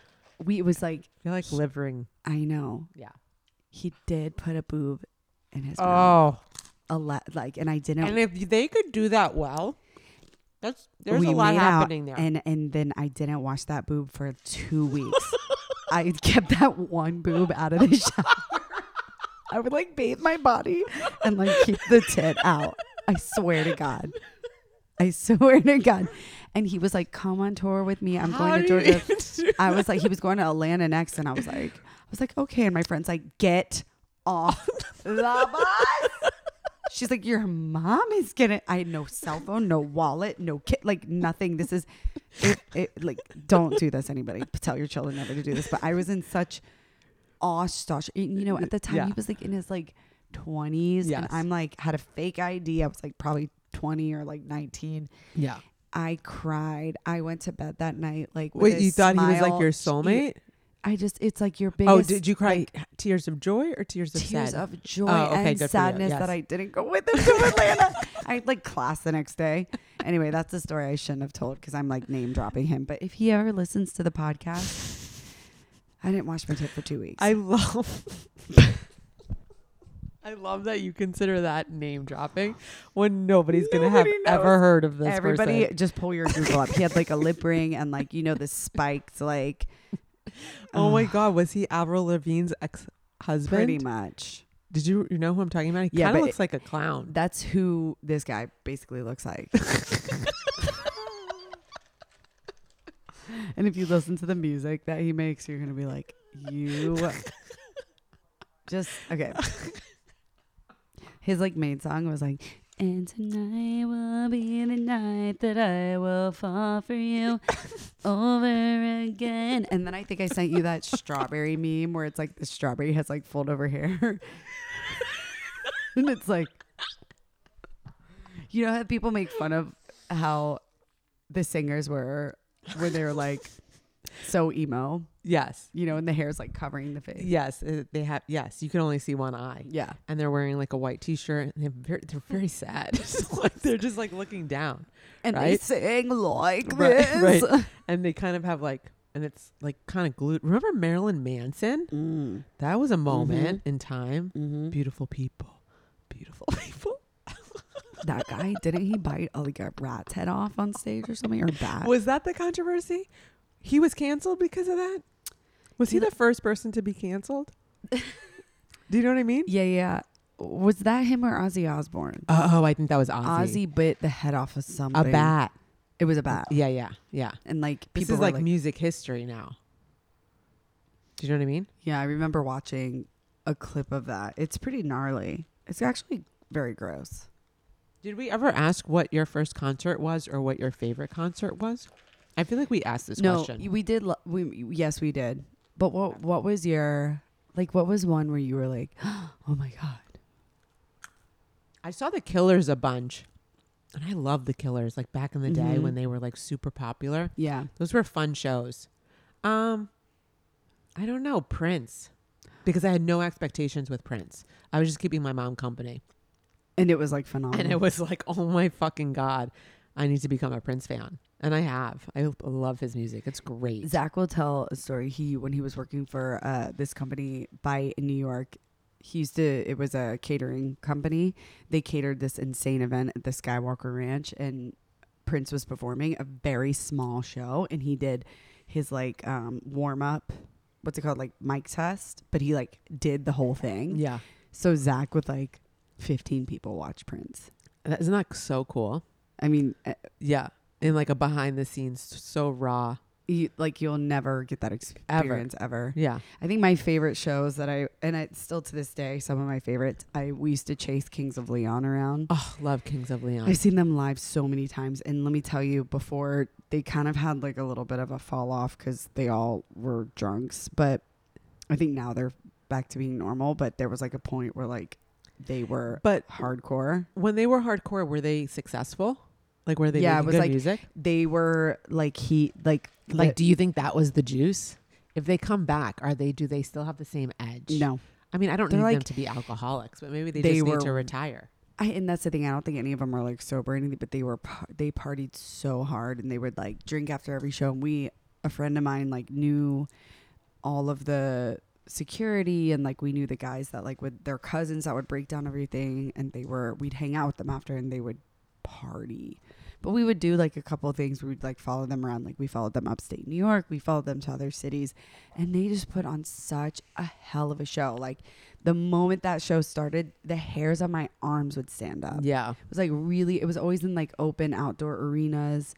[SPEAKER 1] we it was like
[SPEAKER 2] You're like livering.
[SPEAKER 1] I know
[SPEAKER 2] Yeah.
[SPEAKER 1] he did put a boob in his mouth,
[SPEAKER 2] Oh.
[SPEAKER 1] a le- like, and I didn't.
[SPEAKER 2] And if they could do that well, that's there's
[SPEAKER 1] we
[SPEAKER 2] a lot
[SPEAKER 1] made
[SPEAKER 2] happening
[SPEAKER 1] out,
[SPEAKER 2] there.
[SPEAKER 1] and and then I didn't wash that boob for two weeks. I kept that one boob out of the shower. I would like bathe my body and like keep the tit out. I swear to God. I swear to God. And he was like, come on tour with me. I'm
[SPEAKER 2] How
[SPEAKER 1] going to
[SPEAKER 2] do you
[SPEAKER 1] Georgia.
[SPEAKER 2] even do
[SPEAKER 1] I was like, he was going to Atlanta next. And I was like, I was like, okay. And my friend's like, get off the bus. She's like, your mom is gonna. I had no cell phone, no wallet, no kid, like nothing. This is, it, it, like, don't do this, anybody. Tell your children never to do this. But I was in such awe, stosh. and, You know, at the time
[SPEAKER 2] Yeah.
[SPEAKER 1] he was like in his like twenties, and
[SPEAKER 2] Yes.
[SPEAKER 1] I'm like had a fake ID. I was like probably twenty or like nineteen.
[SPEAKER 2] Yeah.
[SPEAKER 1] I cried. I went to bed that night like. with
[SPEAKER 2] Wait,
[SPEAKER 1] a
[SPEAKER 2] you thought he was like
[SPEAKER 1] smile.
[SPEAKER 2] your soulmate?
[SPEAKER 1] I just, it's like your biggest.
[SPEAKER 2] Oh, did you cry tears of joy or tears of
[SPEAKER 1] tears
[SPEAKER 2] sad?
[SPEAKER 1] of joy
[SPEAKER 2] Oh, okay,
[SPEAKER 1] and
[SPEAKER 2] good for you.
[SPEAKER 1] sadness
[SPEAKER 2] Yes.
[SPEAKER 1] that I didn't go with him to Atlanta. I had like class the next day. Anyway, that's a story I shouldn't have told because I'm like name dropping him. But if he ever listens to the podcast, I didn't wash my tip for two weeks.
[SPEAKER 2] I love I love that you consider that name dropping when nobody's going to have
[SPEAKER 1] Nobody knows.
[SPEAKER 2] ever heard of this
[SPEAKER 1] Everybody,
[SPEAKER 2] person.
[SPEAKER 1] just pull your Google up. He had like a lip ring and like you know the spiked like.
[SPEAKER 2] Oh my
[SPEAKER 1] Ugh,
[SPEAKER 2] god, was he Avril Lavigne's
[SPEAKER 1] Pretty
[SPEAKER 2] ex-husband?
[SPEAKER 1] much.
[SPEAKER 2] Did you you know who I'm talking about? He
[SPEAKER 1] Yeah,
[SPEAKER 2] kind of
[SPEAKER 1] but-
[SPEAKER 2] looks like a clown.
[SPEAKER 1] That's who this guy basically looks like. and if you listen to the music that he makes, you're going to be like, you just, okay. His like main song was like, and tonight will be the night that I will fall for you over again. And then I think I sent you that strawberry meme where it's like the strawberry has like fold over hair. and it's like, you know how people make fun of how the singers were when they were like so emo,
[SPEAKER 2] Yes.
[SPEAKER 1] you know, and the hair's like covering the face.
[SPEAKER 2] Yes, uh, they have yes, you can only see one eye.
[SPEAKER 1] Yeah.
[SPEAKER 2] and they're wearing like a white t-shirt and they're very, they're very sad Like, they're just like looking down
[SPEAKER 1] And they
[SPEAKER 2] Right?
[SPEAKER 1] sing like
[SPEAKER 2] Right,
[SPEAKER 1] this.
[SPEAKER 2] and they kind of have like and it's like kind of glued remember marilyn manson that was a moment in time beautiful people beautiful people
[SPEAKER 1] That guy, didn't he bite a, like a rat's head off on stage or something or bat?
[SPEAKER 2] was that the controversy he was canceled because of that was he
[SPEAKER 1] Yeah.
[SPEAKER 2] the first person to be canceled do you know what i mean
[SPEAKER 1] Yeah, yeah. Was that him or Ozzy Osbourne?
[SPEAKER 2] oh i think that was ozzy,
[SPEAKER 1] Ozzy bit the head off of something.
[SPEAKER 2] a bat
[SPEAKER 1] It was a bat.
[SPEAKER 2] yeah yeah yeah
[SPEAKER 1] And like
[SPEAKER 2] this
[SPEAKER 1] people
[SPEAKER 2] is
[SPEAKER 1] were
[SPEAKER 2] like,
[SPEAKER 1] like
[SPEAKER 2] music history now do you know what i mean
[SPEAKER 1] Yeah, I remember watching a clip of that. It's pretty gnarly. It's actually very gross.
[SPEAKER 2] Did we ever ask what your first concert was or what your favorite concert was? I feel like we asked this
[SPEAKER 1] no,
[SPEAKER 2] question.
[SPEAKER 1] we did. Lo- we yes, we did. But what what was your like? What was one where you were like, oh my god?
[SPEAKER 2] I saw the Killers a bunch. And I love the Killers like back in the day
[SPEAKER 1] Mhm.
[SPEAKER 2] when they were like super popular.
[SPEAKER 1] Yeah,
[SPEAKER 2] Those were fun shows. Um I don't know, Prince. Because I had no expectations with Prince. I was just keeping my mom company.
[SPEAKER 1] and it was like phenomenal.
[SPEAKER 2] And it was like, "Oh my fucking god, I need to become a Prince fan." And I have. I love his music. It's great.
[SPEAKER 1] Zach will tell a story. He when he was working for uh, this company by in New York, he used to. It was a catering company. They catered this insane event at the Skywalker Ranch, and Prince was performing a very small show and he did his like um, warm up, what's it called, like mic test, but he like did the whole thing.
[SPEAKER 2] Yeah.
[SPEAKER 1] So Zach with like 15 people watch Prince.
[SPEAKER 2] That, isn't that so cool?
[SPEAKER 1] I mean, uh,
[SPEAKER 2] Yeah. In like a behind the scenes, so raw.
[SPEAKER 1] you, like you'll never get that
[SPEAKER 2] Ever.
[SPEAKER 1] experience ever.
[SPEAKER 2] Yeah.
[SPEAKER 1] I think my favorite shows that I and it's still to this day some of my favorites. I we used to chase Kings of Leon around.
[SPEAKER 2] Oh, love Kings of Leon.
[SPEAKER 1] I've seen them live so many times, and let me tell you, before they kind of had like a little bit of a fall off because they all were drunks, but I think now they're back to being normal. But there was like a point where like they were
[SPEAKER 2] But
[SPEAKER 1] hardcore.
[SPEAKER 2] when they were hardcore, were they successful? Like, were they
[SPEAKER 1] Yeah, it
[SPEAKER 2] yeah,
[SPEAKER 1] was
[SPEAKER 2] good
[SPEAKER 1] like-
[SPEAKER 2] music?
[SPEAKER 1] They were like he like
[SPEAKER 2] Like,
[SPEAKER 1] the-
[SPEAKER 2] do you think that was the juice? If they come back, are they? Do they still have the same edge?
[SPEAKER 1] no.
[SPEAKER 2] I mean, I don't
[SPEAKER 1] They're
[SPEAKER 2] need them
[SPEAKER 1] like-
[SPEAKER 2] to be alcoholics, but maybe they,
[SPEAKER 1] They
[SPEAKER 2] just
[SPEAKER 1] were-
[SPEAKER 2] need to retire.
[SPEAKER 1] I, and that's the thing. I don't think any of them are like sober or anything, but they were par- they partied so hard and they would like drink after every show. And we, a friend of mine, like knew all of the security and like we knew the guys that like would their cousins that would break down everything and they were we'd hang out with them after and they would party. But we would do like a couple of things. We would like follow them around. Like we followed them upstate New York. We followed them to other cities, and they just put on such a hell of a show. Like the moment that show started, the hairs on my arms would stand up.
[SPEAKER 2] Yeah.
[SPEAKER 1] It was like really. It was always in like open outdoor arenas.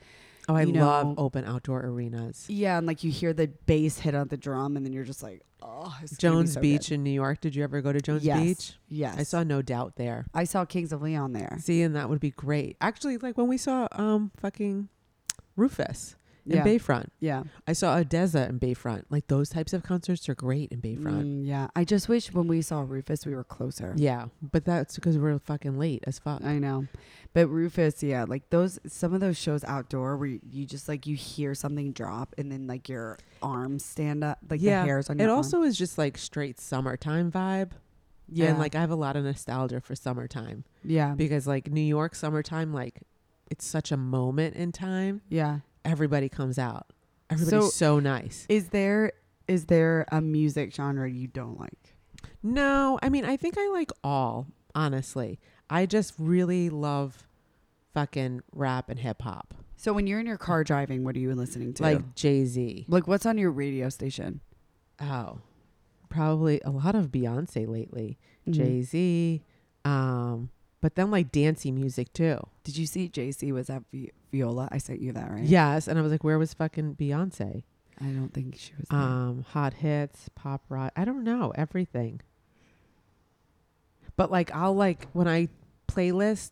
[SPEAKER 2] Oh, I
[SPEAKER 1] you know-
[SPEAKER 2] love open outdoor arenas.
[SPEAKER 1] Yeah, and like you hear the bass hit on the drum, and then you're just like, oh, it's gonna be
[SPEAKER 2] Jones
[SPEAKER 1] so good."
[SPEAKER 2] Beach in New York. Did you ever go to Jones
[SPEAKER 1] Yes.
[SPEAKER 2] Beach?
[SPEAKER 1] Yes,
[SPEAKER 2] I saw No Doubt there.
[SPEAKER 1] I saw Kings of Leon there.
[SPEAKER 2] See, and that would be great. Actually, like when we saw um fucking Rufus in
[SPEAKER 1] Yeah.
[SPEAKER 2] Bayfront,
[SPEAKER 1] Yeah,
[SPEAKER 2] I saw Odessa in Bayfront. Like those types of concerts are great in Bayfront.
[SPEAKER 1] Mm, yeah. I just wish when we saw Rufus, we were closer.
[SPEAKER 2] Yeah, but that's because we're fucking late as fuck.
[SPEAKER 1] I know. But Rufus, yeah, like those some of those shows outdoor where you just like you hear something drop and then like your arms stand up, like
[SPEAKER 2] Yeah.
[SPEAKER 1] the hairs on your
[SPEAKER 2] It
[SPEAKER 1] arm.
[SPEAKER 2] also is just like straight summertime vibe. Yeah. Um, And like I have a lot of nostalgia for summertime
[SPEAKER 1] yeah.
[SPEAKER 2] because like New York summertime, like it's such a moment in time.
[SPEAKER 1] yeah.
[SPEAKER 2] Everybody comes out. Everybody's so,
[SPEAKER 1] So-
[SPEAKER 2] nice.
[SPEAKER 1] Is there is there a music genre you don't like?
[SPEAKER 2] No, I mean, I think I like all, honestly. I just really love fucking rap and hip hop.
[SPEAKER 1] So when you're in your car driving, what are you listening to?
[SPEAKER 2] Like Jay Z.
[SPEAKER 1] like what's on your radio station?
[SPEAKER 2] Oh, probably a lot of Beyonce lately. Jay
[SPEAKER 1] Jay.
[SPEAKER 2] Z. Um, but then like dancey music too.
[SPEAKER 1] Did you see JC was at Vi- Viola? I sent you that, right?
[SPEAKER 2] Yes. And I was like, where was fucking Beyonce?
[SPEAKER 1] I don't think she was. there.
[SPEAKER 2] um hot hits pop rock i don't know everything but like i'll like when i playlist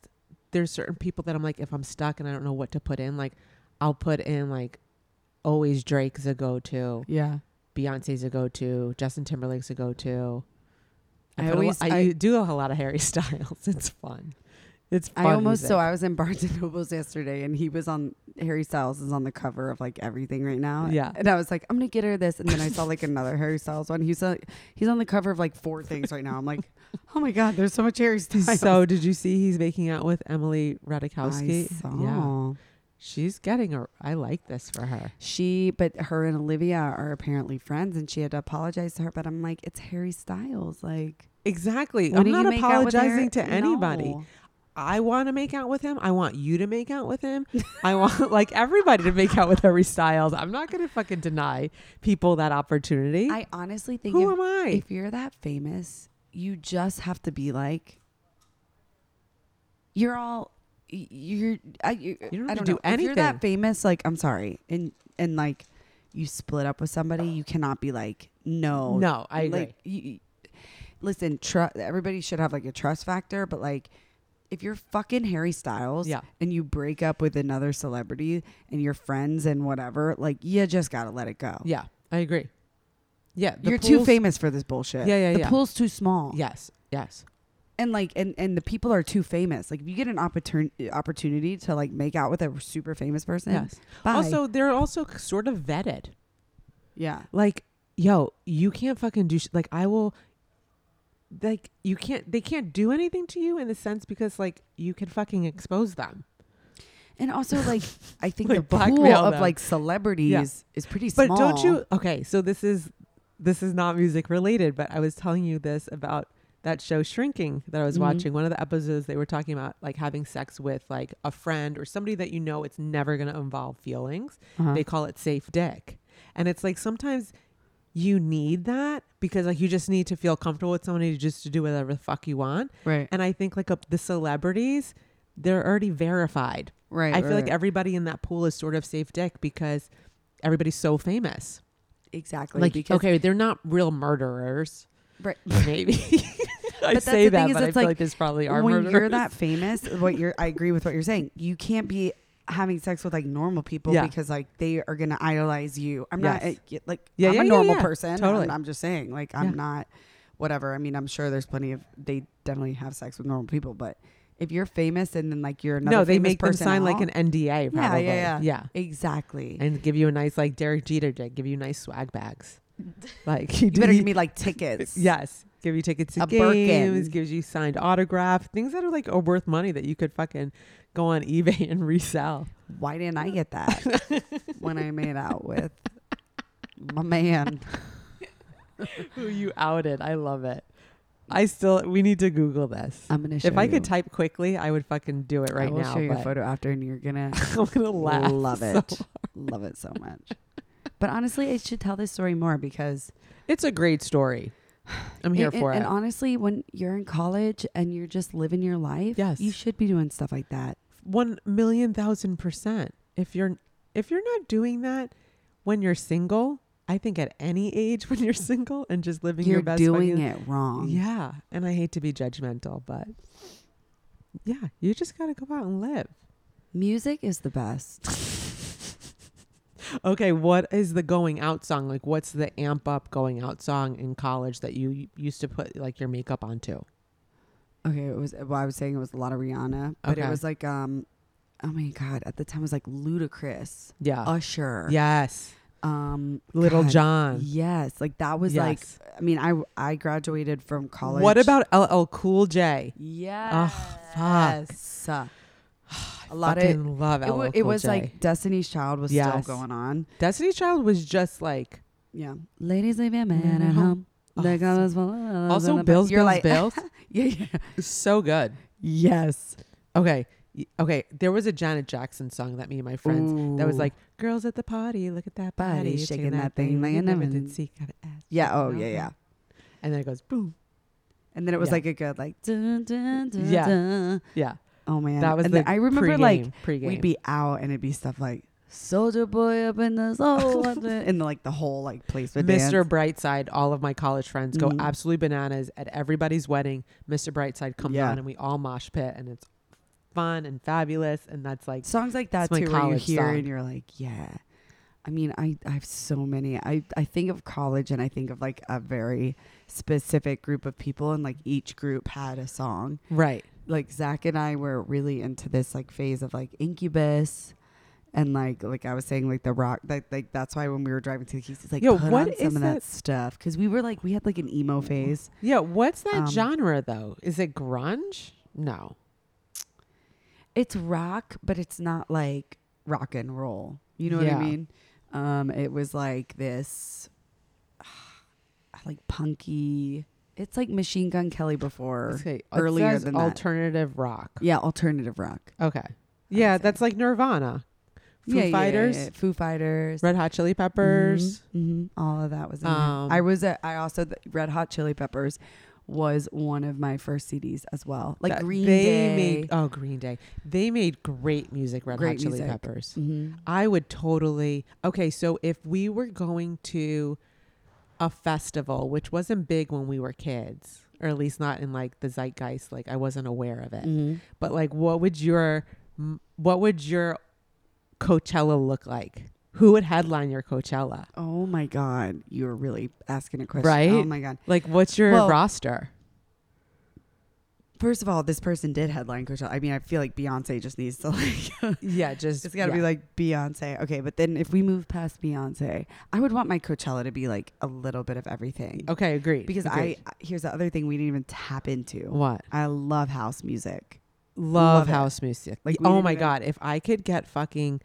[SPEAKER 2] there's certain people that i'm like if i'm stuck and i don't know what to put in like i'll put in like always drake's a go-to
[SPEAKER 1] yeah.
[SPEAKER 2] beyonce's a go-to justin timberlake's a go-to i,
[SPEAKER 1] I
[SPEAKER 2] put a lo-
[SPEAKER 1] always-
[SPEAKER 2] I,
[SPEAKER 1] I-
[SPEAKER 2] do a lot of harry styles it's fun it's fun
[SPEAKER 1] I almost
[SPEAKER 2] music.
[SPEAKER 1] so I was in Barnes and Nobles yesterday, and he was on Harry Styles is on the cover of like everything right now.
[SPEAKER 2] Yeah.
[SPEAKER 1] and I was like, I'm gonna get her this, and then I saw like another Harry Styles one. He's on he's on the cover of like four things right now. I'm like, oh my god, there's so much Harry Styles.
[SPEAKER 2] so did you see he's making out with emily
[SPEAKER 1] I
[SPEAKER 2] radikowski
[SPEAKER 1] saw.
[SPEAKER 2] yeah she's getting a i like this for her
[SPEAKER 1] She, but her and Olivia are apparently friends, and she had to apologize to her. But I'm like, it's Harry Styles. Like,
[SPEAKER 2] Exactly.
[SPEAKER 1] when
[SPEAKER 2] I'm
[SPEAKER 1] do you
[SPEAKER 2] not
[SPEAKER 1] make out with
[SPEAKER 2] apologizing to
[SPEAKER 1] Harry-
[SPEAKER 2] anybody.
[SPEAKER 1] No.
[SPEAKER 2] I want to make out with him. I want you to make out with him. I want like everybody to make out with Harry Styles. I'm not going to fucking deny people that opportunity.
[SPEAKER 1] I honestly think
[SPEAKER 2] Who
[SPEAKER 1] if,
[SPEAKER 2] am I?
[SPEAKER 1] if you're that famous, you just have to be like, you're all, y- you're, I, you,
[SPEAKER 2] You don't
[SPEAKER 1] I
[SPEAKER 2] have
[SPEAKER 1] don't
[SPEAKER 2] to
[SPEAKER 1] know.
[SPEAKER 2] do
[SPEAKER 1] If you're that
[SPEAKER 2] anything.
[SPEAKER 1] famous, like, I'm sorry, and and like, you split up with somebody, you cannot be like, no,
[SPEAKER 2] no, I agree.
[SPEAKER 1] Like, you, you- listen, tru- everybody should have like a trust factor, but like, if you're fucking Harry Styles,
[SPEAKER 2] Yeah.
[SPEAKER 1] and you break up with another celebrity and your friends and whatever, like, you just gotta let it go.
[SPEAKER 2] yeah, I agree. Yeah, the
[SPEAKER 1] You're too
[SPEAKER 2] pool's-
[SPEAKER 1] famous for this bullshit.
[SPEAKER 2] Yeah, yeah,
[SPEAKER 1] the
[SPEAKER 2] yeah.
[SPEAKER 1] pool's too small.
[SPEAKER 2] Yes, yes.
[SPEAKER 1] And like and and the people are too famous. Like if you get an opportunity opportunity to like make out with a super famous person.
[SPEAKER 2] Yes.
[SPEAKER 1] Bye.
[SPEAKER 2] Also, they're also sort of vetted.
[SPEAKER 1] yeah.
[SPEAKER 2] like yo you can't fucking do sh- like i will like you can't they can't do anything to you in the sense because like you can fucking expose them
[SPEAKER 1] And also like I think
[SPEAKER 2] Like,
[SPEAKER 1] the pool
[SPEAKER 2] blackmail
[SPEAKER 1] of
[SPEAKER 2] them.
[SPEAKER 1] like celebrities
[SPEAKER 2] Yeah.
[SPEAKER 1] is pretty small.
[SPEAKER 2] but don't you okay so this is this is not music related but i was telling you this about that show Shrinking that I was
[SPEAKER 1] Mhm.
[SPEAKER 2] watching, one of the episodes they were talking about like having sex with like a friend or somebody that you know it's never going to involve feelings.
[SPEAKER 1] Uh-huh.
[SPEAKER 2] They call it safe dick. And it's like sometimes you need that because like you just need to feel comfortable with somebody just to do whatever the fuck you want.
[SPEAKER 1] right,
[SPEAKER 2] And I think like up the celebrities, they're already verified.
[SPEAKER 1] right.
[SPEAKER 2] I feel
[SPEAKER 1] right,
[SPEAKER 2] like
[SPEAKER 1] right.
[SPEAKER 2] everybody in that pool is sort of safe dick because everybody's so famous.
[SPEAKER 1] exactly
[SPEAKER 2] Like,
[SPEAKER 1] because
[SPEAKER 2] okay, they're not real murderers.
[SPEAKER 1] Right.
[SPEAKER 2] Maybe. I
[SPEAKER 1] that's
[SPEAKER 2] say
[SPEAKER 1] the
[SPEAKER 2] that,
[SPEAKER 1] thing is
[SPEAKER 2] but I
[SPEAKER 1] it's
[SPEAKER 2] feel
[SPEAKER 1] like,
[SPEAKER 2] like there's probably are
[SPEAKER 1] when
[SPEAKER 2] murderers.
[SPEAKER 1] you're that famous, what you're I agree with what you're saying. You can't be having sex with like normal people
[SPEAKER 2] Yeah.
[SPEAKER 1] because like they are gonna idolize you. I'm
[SPEAKER 2] Yes.
[SPEAKER 1] not uh, like
[SPEAKER 2] Yeah,
[SPEAKER 1] I'm
[SPEAKER 2] yeah,
[SPEAKER 1] a
[SPEAKER 2] yeah,
[SPEAKER 1] normal
[SPEAKER 2] yeah.
[SPEAKER 1] person.
[SPEAKER 2] Totally.
[SPEAKER 1] I'm, I'm just saying like I'm
[SPEAKER 2] Yeah.
[SPEAKER 1] not whatever. I mean I'm sure there's plenty of they definitely have sex with normal people, but if you're famous and then like you're another
[SPEAKER 2] no, they
[SPEAKER 1] famous
[SPEAKER 2] make them
[SPEAKER 1] person
[SPEAKER 2] sign like
[SPEAKER 1] out-
[SPEAKER 2] an NDA,
[SPEAKER 1] Yeah,
[SPEAKER 2] probably.
[SPEAKER 1] yeah, yeah.
[SPEAKER 2] yeah.
[SPEAKER 1] exactly.
[SPEAKER 2] And give you a nice, like Derek Jeter did, give you nice swag bags. Like, he
[SPEAKER 1] you better
[SPEAKER 2] did-
[SPEAKER 1] give me like tickets.
[SPEAKER 2] Yes. Give you tickets to
[SPEAKER 1] A Birkin.
[SPEAKER 2] games, gives you signed autograph, things that are like are worth money that you could fucking go on eBay and resell.
[SPEAKER 1] Why didn't I get that when I made out with my man?
[SPEAKER 2] Who you outed. I love it. I still we need to Google this.
[SPEAKER 1] I'm gonna show
[SPEAKER 2] if I
[SPEAKER 1] you.
[SPEAKER 2] could type quickly, I would fucking do it right
[SPEAKER 1] I will
[SPEAKER 2] now.
[SPEAKER 1] show you a
[SPEAKER 2] but
[SPEAKER 1] photo after, and you're gonna
[SPEAKER 2] I'm gonna laugh.
[SPEAKER 1] Love
[SPEAKER 2] so-
[SPEAKER 1] it. Love it so much. But honestly, I should tell this story more because
[SPEAKER 2] It's a great story. I'm here
[SPEAKER 1] and,
[SPEAKER 2] for
[SPEAKER 1] and,
[SPEAKER 2] it.
[SPEAKER 1] And honestly, when you're in college and you're just living your life,
[SPEAKER 2] Yes.
[SPEAKER 1] you should be doing stuff like that.
[SPEAKER 2] One million thousand percent. If you're if you're not doing that when you're single, I think at any age when you're single and just living
[SPEAKER 1] you're
[SPEAKER 2] your best
[SPEAKER 1] doing
[SPEAKER 2] fucking-
[SPEAKER 1] it wrong.
[SPEAKER 2] Yeah. And I hate to be judgmental, but yeah, you just got to go out and live.
[SPEAKER 1] Music is the best.
[SPEAKER 2] Okay, what is the going out song? Like what's the amp up going out song in college that you used to put like your makeup onto?
[SPEAKER 1] Okay, it was. Well, I was saying it was a lot of Rihanna, but it
[SPEAKER 2] Okay.
[SPEAKER 1] was like, um, oh my god, at the time it was like Ludacris,
[SPEAKER 2] Uh, Yeah.
[SPEAKER 1] Usher,
[SPEAKER 2] yes.
[SPEAKER 1] um,
[SPEAKER 2] Little
[SPEAKER 1] God,
[SPEAKER 2] John.
[SPEAKER 1] Yes, like that was like.
[SPEAKER 2] Yes.
[SPEAKER 1] I mean, I I graduated from college.
[SPEAKER 2] What about LL Cool J?
[SPEAKER 1] Yes.
[SPEAKER 2] fuck.
[SPEAKER 1] A lot of
[SPEAKER 2] Fucking love
[SPEAKER 1] it,
[SPEAKER 2] LL
[SPEAKER 1] wa-
[SPEAKER 2] Cool
[SPEAKER 1] it was
[SPEAKER 2] J.
[SPEAKER 1] like Destiny's Child was
[SPEAKER 2] Yes.
[SPEAKER 1] still going on.
[SPEAKER 2] Destiny's Child was just like
[SPEAKER 1] Yeah, ladies leave your
[SPEAKER 2] Man
[SPEAKER 1] man
[SPEAKER 2] at
[SPEAKER 1] at home.
[SPEAKER 2] home.
[SPEAKER 1] The
[SPEAKER 2] Oh,
[SPEAKER 1] girl is full of-
[SPEAKER 2] also
[SPEAKER 1] You're
[SPEAKER 2] Bills Bills
[SPEAKER 1] like,
[SPEAKER 2] Bills.
[SPEAKER 1] yeah, yeah,
[SPEAKER 2] so good.
[SPEAKER 1] yes.
[SPEAKER 2] Okay. Y- Okay, there was a Janet Jackson song that me and my friends that was like girls at the party, look at that
[SPEAKER 1] Body
[SPEAKER 2] body,
[SPEAKER 1] shaking that thing like
[SPEAKER 2] you
[SPEAKER 1] a
[SPEAKER 2] never
[SPEAKER 1] lemon."
[SPEAKER 2] did see, got an ass.
[SPEAKER 1] yeah,
[SPEAKER 2] shaking
[SPEAKER 1] oh
[SPEAKER 2] out
[SPEAKER 1] yeah,
[SPEAKER 2] that.
[SPEAKER 1] yeah.
[SPEAKER 2] And then it goes boom.
[SPEAKER 1] And then it was
[SPEAKER 2] Yeah.
[SPEAKER 1] like a good like, dun, dun, dun,
[SPEAKER 2] Yeah.
[SPEAKER 1] dun.
[SPEAKER 2] Yeah,
[SPEAKER 1] oh man,
[SPEAKER 2] that was.
[SPEAKER 1] And
[SPEAKER 2] the
[SPEAKER 1] then I remember
[SPEAKER 2] pregame,
[SPEAKER 1] like
[SPEAKER 2] pregame.
[SPEAKER 1] we'd be out and it'd be stuff like Soldier Boy up in the soul, up in-" and like the whole like place would dance.
[SPEAKER 2] Mr. Brightside. All of my college friends go
[SPEAKER 1] Mhm.
[SPEAKER 2] absolutely bananas at everybody's wedding. Mr. Brightside comes
[SPEAKER 1] Yeah.
[SPEAKER 2] on and we all mosh pit and it's fun and fabulous and that's like
[SPEAKER 1] songs like that
[SPEAKER 2] It's my
[SPEAKER 1] too where you
[SPEAKER 2] college
[SPEAKER 1] hear
[SPEAKER 2] song.
[SPEAKER 1] and you're like yeah i mean i i have so many i i think of college and i think of like a very specific group of people and like each group had a song
[SPEAKER 2] right.
[SPEAKER 1] like zach and i were really into this like phase of like incubus and like like i was saying like the rock like, like that's why when we were driving to the keys it's like
[SPEAKER 2] Yo,
[SPEAKER 1] put
[SPEAKER 2] what
[SPEAKER 1] on some
[SPEAKER 2] is
[SPEAKER 1] of that
[SPEAKER 2] that-
[SPEAKER 1] stuff because we were like we had like an emo phase
[SPEAKER 2] Yeah, what's that
[SPEAKER 1] Um,
[SPEAKER 2] genre though? Is it grunge? No.
[SPEAKER 1] it's rock, but it's not like rock and roll. You know
[SPEAKER 2] Yeah.
[SPEAKER 1] what I mean? Um, it was like this, like punky. It's like Machine Gun Kelly before.
[SPEAKER 2] Okay, it
[SPEAKER 1] earlier
[SPEAKER 2] says
[SPEAKER 1] than that.
[SPEAKER 2] alternative rock.
[SPEAKER 1] Yeah, alternative rock.
[SPEAKER 2] Okay. Yeah,
[SPEAKER 1] would say.
[SPEAKER 2] that's like Nirvana. Foo
[SPEAKER 1] Yeah, yeah, yeah,
[SPEAKER 2] Fighters,
[SPEAKER 1] yeah. Foo Fighters,
[SPEAKER 2] Red Hot Chili Peppers.
[SPEAKER 1] Mhm, mhm. All of that was. In there.
[SPEAKER 2] Um,
[SPEAKER 1] I was. A, I also the Red Hot Chili Peppers was one of my first CDs as well. Like
[SPEAKER 2] That-
[SPEAKER 1] Green
[SPEAKER 2] they
[SPEAKER 1] Day.
[SPEAKER 2] Made, oh, Green Day. They made great music, Red
[SPEAKER 1] Great
[SPEAKER 2] Hot Chili
[SPEAKER 1] music.
[SPEAKER 2] Peppers.
[SPEAKER 1] Mhm.
[SPEAKER 2] I would totally. Okay, so if we were going to a festival, which wasn't big when we were kids, or at least not in like the zeitgeist, like I wasn't aware of it.
[SPEAKER 1] Mhm.
[SPEAKER 2] But like, what would your m- what would your Coachella look like? Who would headline your Coachella?
[SPEAKER 1] Oh my God, you were really asking a question.
[SPEAKER 2] Right?
[SPEAKER 1] Oh my God.
[SPEAKER 2] Like, what's your
[SPEAKER 1] Well-
[SPEAKER 2] roster?
[SPEAKER 1] First of all, this person did headline Coachella. I mean, I feel like Beyonce just needs to like.
[SPEAKER 2] Yeah, just
[SPEAKER 1] it's got to
[SPEAKER 2] yeah.
[SPEAKER 1] be like Beyonce. Okay, but then if we move past Beyonce, I would want my Coachella to be like a little bit of everything.
[SPEAKER 2] Okay, agreed.
[SPEAKER 1] Because
[SPEAKER 2] agreed.
[SPEAKER 1] I here's the other thing we didn't even tap into.
[SPEAKER 2] what
[SPEAKER 1] I love house music.
[SPEAKER 2] love
[SPEAKER 1] it.
[SPEAKER 2] house music.
[SPEAKER 1] Like,
[SPEAKER 2] Like,
[SPEAKER 1] we
[SPEAKER 2] oh
[SPEAKER 1] didn't
[SPEAKER 2] my
[SPEAKER 1] even-
[SPEAKER 2] god, if I could get fucking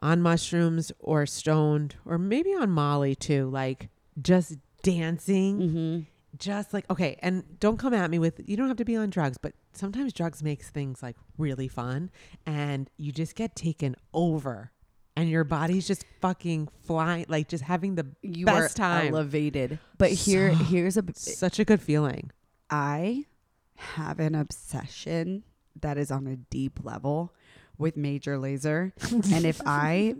[SPEAKER 2] on mushrooms or stoned or maybe on Molly too, like just dancing,
[SPEAKER 1] Mm-hmm.
[SPEAKER 2] just like okay, and don't come at me with you don't have to be on drugs, but sometimes drugs makes things like really fun and you just get taken over and your body's just fucking flying like just having the
[SPEAKER 1] You
[SPEAKER 2] best
[SPEAKER 1] are
[SPEAKER 2] time.
[SPEAKER 1] elevated. But here,
[SPEAKER 2] So-
[SPEAKER 1] here's a.
[SPEAKER 2] such a good feeling.
[SPEAKER 1] I have an obsession that is on a deep level with major laser, and if I,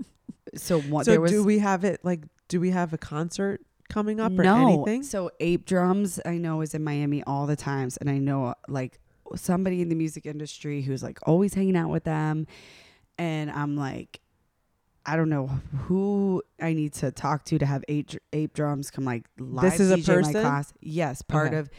[SPEAKER 1] so what
[SPEAKER 2] so
[SPEAKER 1] there was.
[SPEAKER 2] do we have it like do we have a concert coming up or
[SPEAKER 1] no.
[SPEAKER 2] anything?
[SPEAKER 1] So Ape Drums, I know, is in Miami all the times, and I know like somebody in the music industry who's like always hanging out with them, and I'm like, I don't know who I need to talk to to have Ape, Ape Drums come like live.
[SPEAKER 2] is a
[SPEAKER 1] DJ
[SPEAKER 2] person?
[SPEAKER 1] My class. Yes, part
[SPEAKER 2] Okay.
[SPEAKER 1] of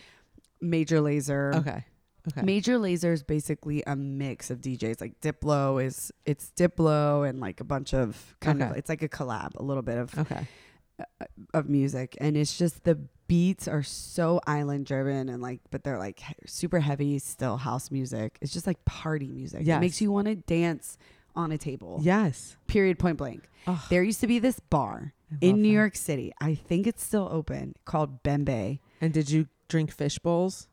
[SPEAKER 1] Major Laser.
[SPEAKER 2] Okay. Okay.
[SPEAKER 1] Major Laser is basically a mix of DJs. Like Diplo is it's Diplo and like a bunch of kind of
[SPEAKER 2] Okay.
[SPEAKER 1] it's like a collab, a little bit of
[SPEAKER 2] Okay.
[SPEAKER 1] of music and it's just the beats are so island driven and like but they're like he- super heavy still house music it's just like party music
[SPEAKER 2] Yes.
[SPEAKER 1] it makes you want to dance on a table
[SPEAKER 2] Yes.
[SPEAKER 1] period point blank
[SPEAKER 2] Ugh,
[SPEAKER 1] there used to be this bar
[SPEAKER 2] I love
[SPEAKER 1] in new
[SPEAKER 2] that.
[SPEAKER 1] york city i think it's still open called bembe
[SPEAKER 2] And did you drink fish bowls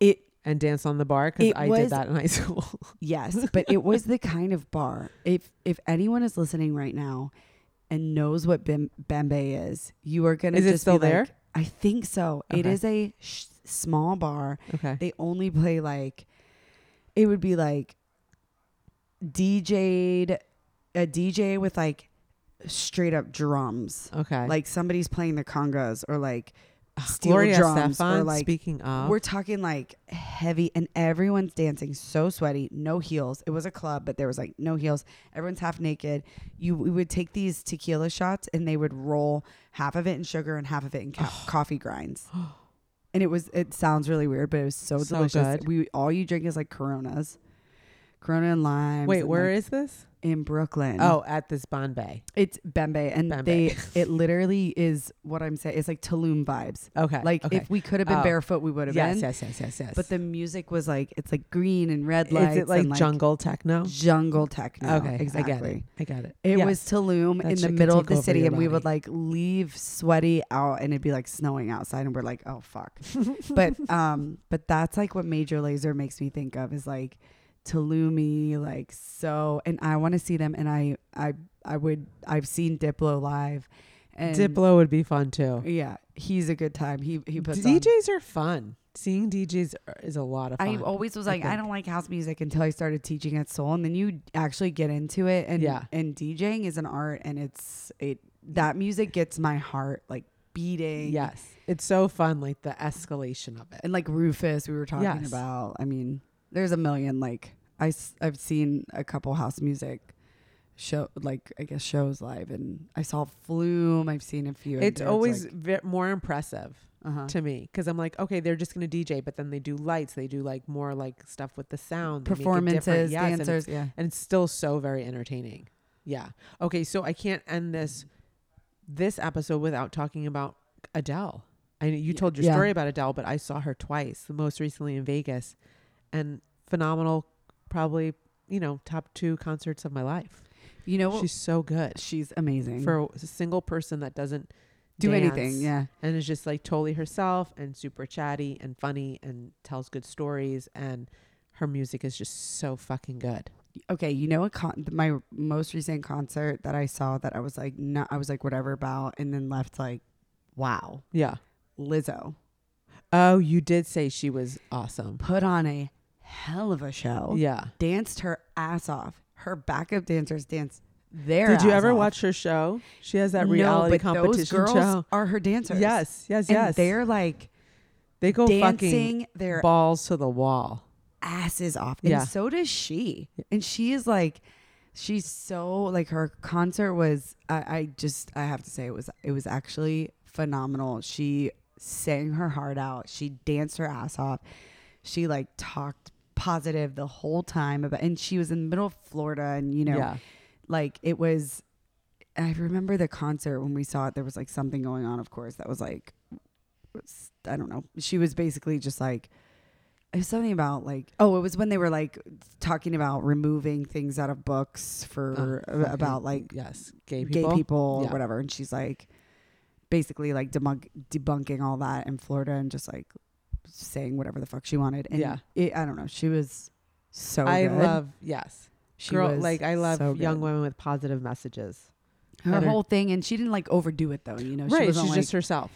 [SPEAKER 1] it
[SPEAKER 2] and dance on the bar? Because
[SPEAKER 1] It
[SPEAKER 2] I did
[SPEAKER 1] was-
[SPEAKER 2] that in high school.
[SPEAKER 1] Yes, but it was the kind of bar. If if anyone is listening right now and knows what Bim- Bembe is, you are gonna.
[SPEAKER 2] Is it
[SPEAKER 1] just
[SPEAKER 2] still
[SPEAKER 1] be like,
[SPEAKER 2] there?
[SPEAKER 1] I think so. It
[SPEAKER 2] Okay.
[SPEAKER 1] is a sh- small bar.
[SPEAKER 2] okay.
[SPEAKER 1] They only play like. It would be like. DJ'd, a DJ with like, straight up drums.
[SPEAKER 2] Okay. Ah,
[SPEAKER 1] Like somebody's playing the congas or like steel
[SPEAKER 2] Gloria
[SPEAKER 1] drums or
[SPEAKER 2] Estefan,
[SPEAKER 1] like
[SPEAKER 2] speaking of.
[SPEAKER 1] we're talking like heavy, and everyone's dancing so sweaty, no heels. It was a club, but there was like no heels. Everyone's half naked. You we would take these tequila shots, and they would roll half of it in sugar and half of it in co- coffee grinds. And it was it sounds really weird, but it was so,
[SPEAKER 2] So
[SPEAKER 1] delicious.
[SPEAKER 2] good.
[SPEAKER 1] We all you drink is like Coronas, Corona and lime.
[SPEAKER 2] Wait, where
[SPEAKER 1] where is
[SPEAKER 2] is this?
[SPEAKER 1] in Brooklyn?
[SPEAKER 2] Oh, at this Bombay.
[SPEAKER 1] it's Bembe, and
[SPEAKER 2] Bembe.
[SPEAKER 1] they it literally is what I'm saying. It's like Tulum vibes.
[SPEAKER 2] Okay.
[SPEAKER 1] Like
[SPEAKER 2] okay.
[SPEAKER 1] if we could have been
[SPEAKER 2] Oh.
[SPEAKER 1] barefoot, we would have
[SPEAKER 2] yes,
[SPEAKER 1] been.
[SPEAKER 2] yes, yes, yes, yes.
[SPEAKER 1] But the music was like it's like green and red lights.
[SPEAKER 2] is it like
[SPEAKER 1] and
[SPEAKER 2] jungle techno?
[SPEAKER 1] jungle techno?
[SPEAKER 2] okay,
[SPEAKER 1] exactly.
[SPEAKER 2] I get it. I got it.
[SPEAKER 1] It
[SPEAKER 2] Yes.
[SPEAKER 1] was Tulum
[SPEAKER 2] That
[SPEAKER 1] in the
[SPEAKER 2] shit could
[SPEAKER 1] middle of
[SPEAKER 2] take
[SPEAKER 1] the
[SPEAKER 2] over
[SPEAKER 1] city,
[SPEAKER 2] your
[SPEAKER 1] and we would
[SPEAKER 2] body.
[SPEAKER 1] like leave sweaty out, and it'd be like snowing outside, and we're like, oh fuck. but um, but that's like what Major Laser makes me think of is like Tulumi, like so, and I want to see them, and I I I would I've seen Diplo live, and
[SPEAKER 2] Diplo would be fun too.
[SPEAKER 1] yeah, he's a good time. He he puts on.
[SPEAKER 2] DJs are fun. Seeing DJs are- is a lot of
[SPEAKER 1] I
[SPEAKER 2] fun.
[SPEAKER 1] always was
[SPEAKER 2] I
[SPEAKER 1] like, I,
[SPEAKER 2] think.
[SPEAKER 1] don't like house music until I started teaching at Soul, and then you actually get into it, and
[SPEAKER 2] Yeah.
[SPEAKER 1] and DJing is an art, and it's it that music gets my heart like beating,
[SPEAKER 2] yes, it's so fun. Like the escalation of it.
[SPEAKER 1] and like Rufus we were talking
[SPEAKER 2] Yes.
[SPEAKER 1] about. I mean, there's a million like I s- I've seen a couple house music show like I guess shows live, and I saw Flume. I've seen a few. and
[SPEAKER 2] It's
[SPEAKER 1] there's,
[SPEAKER 2] always
[SPEAKER 1] like,
[SPEAKER 2] ve- more impressive
[SPEAKER 1] uh-huh.
[SPEAKER 2] to me because I'm like, okay, they're just gonna DJ, but then they do lights. They do like more like stuff with the sound, they make it different.
[SPEAKER 1] performances,
[SPEAKER 2] Yes, and it's
[SPEAKER 1] dancers, yeah.
[SPEAKER 2] and it's still so very entertaining. Yeah. Okay, so I can't end this this episode without talking about Adele. I know you
[SPEAKER 1] Yeah.
[SPEAKER 2] told your
[SPEAKER 1] Yeah.
[SPEAKER 2] story about Adele, but I saw her twice, the most recently in Vegas, and phenomenal, probably you know top two concerts of my life.
[SPEAKER 1] You know, what?
[SPEAKER 2] She's so good
[SPEAKER 1] she's amazing.
[SPEAKER 2] for a single person that doesn't
[SPEAKER 1] do
[SPEAKER 2] dance
[SPEAKER 1] anything, yeah.
[SPEAKER 2] and is just like totally herself and super chatty and funny and tells good stories and her music is just so fucking good.
[SPEAKER 1] okay, you know, a con- my most recent concert that I saw that I was like, no, I was like, whatever about, and then left like, wow,
[SPEAKER 2] Yeah.
[SPEAKER 1] Lizzo
[SPEAKER 2] Oh, you did say she was awesome.
[SPEAKER 1] put on a hell of a show,
[SPEAKER 2] Yeah.
[SPEAKER 1] danced her ass off. Her backup dancers danced their.
[SPEAKER 2] Did you
[SPEAKER 1] ass
[SPEAKER 2] ever
[SPEAKER 1] off.
[SPEAKER 2] watch her show? She has that
[SPEAKER 1] No,
[SPEAKER 2] reality
[SPEAKER 1] but
[SPEAKER 2] competition
[SPEAKER 1] those girls
[SPEAKER 2] show.
[SPEAKER 1] Are her dancers?
[SPEAKER 2] Yes, yes,
[SPEAKER 1] and
[SPEAKER 2] yes.
[SPEAKER 1] they're like
[SPEAKER 2] They go fucking
[SPEAKER 1] dancing their
[SPEAKER 2] balls to the wall.
[SPEAKER 1] asses off.
[SPEAKER 2] Yeah.
[SPEAKER 1] And so does she. And she is like, she's so like her concert was. I, I just I have to say it was it was actually phenomenal. She sang her heart out. She danced her ass off. She like talked positive the whole time about, and she was in the middle of Florida, and you know,
[SPEAKER 2] Yeah.
[SPEAKER 1] like it was. I remember the concert when we saw it. There was like something going on, of course, that was like, was- I don't know. She was basically just like, it was something about like, oh, it was when they were like talking about removing things out of books for uh,
[SPEAKER 2] Oh, fucking
[SPEAKER 1] about like
[SPEAKER 2] Yes. Gay
[SPEAKER 1] gay
[SPEAKER 2] people.
[SPEAKER 1] people or
[SPEAKER 2] Yeah.
[SPEAKER 1] whatever. And she's like, basically like debunk, debunking all that in Florida and just like saying whatever the fuck she wanted. And
[SPEAKER 2] Yeah.
[SPEAKER 1] it, I don't know. She was so
[SPEAKER 2] I
[SPEAKER 1] good.
[SPEAKER 2] love yes,
[SPEAKER 1] she
[SPEAKER 2] girl.
[SPEAKER 1] was
[SPEAKER 2] Like I love
[SPEAKER 1] so good.
[SPEAKER 2] young women with positive messages.
[SPEAKER 1] Her
[SPEAKER 2] that are-
[SPEAKER 1] whole thing, and she didn't like overdo it though. You know, she
[SPEAKER 2] right,
[SPEAKER 1] was
[SPEAKER 2] she's
[SPEAKER 1] like,
[SPEAKER 2] just herself.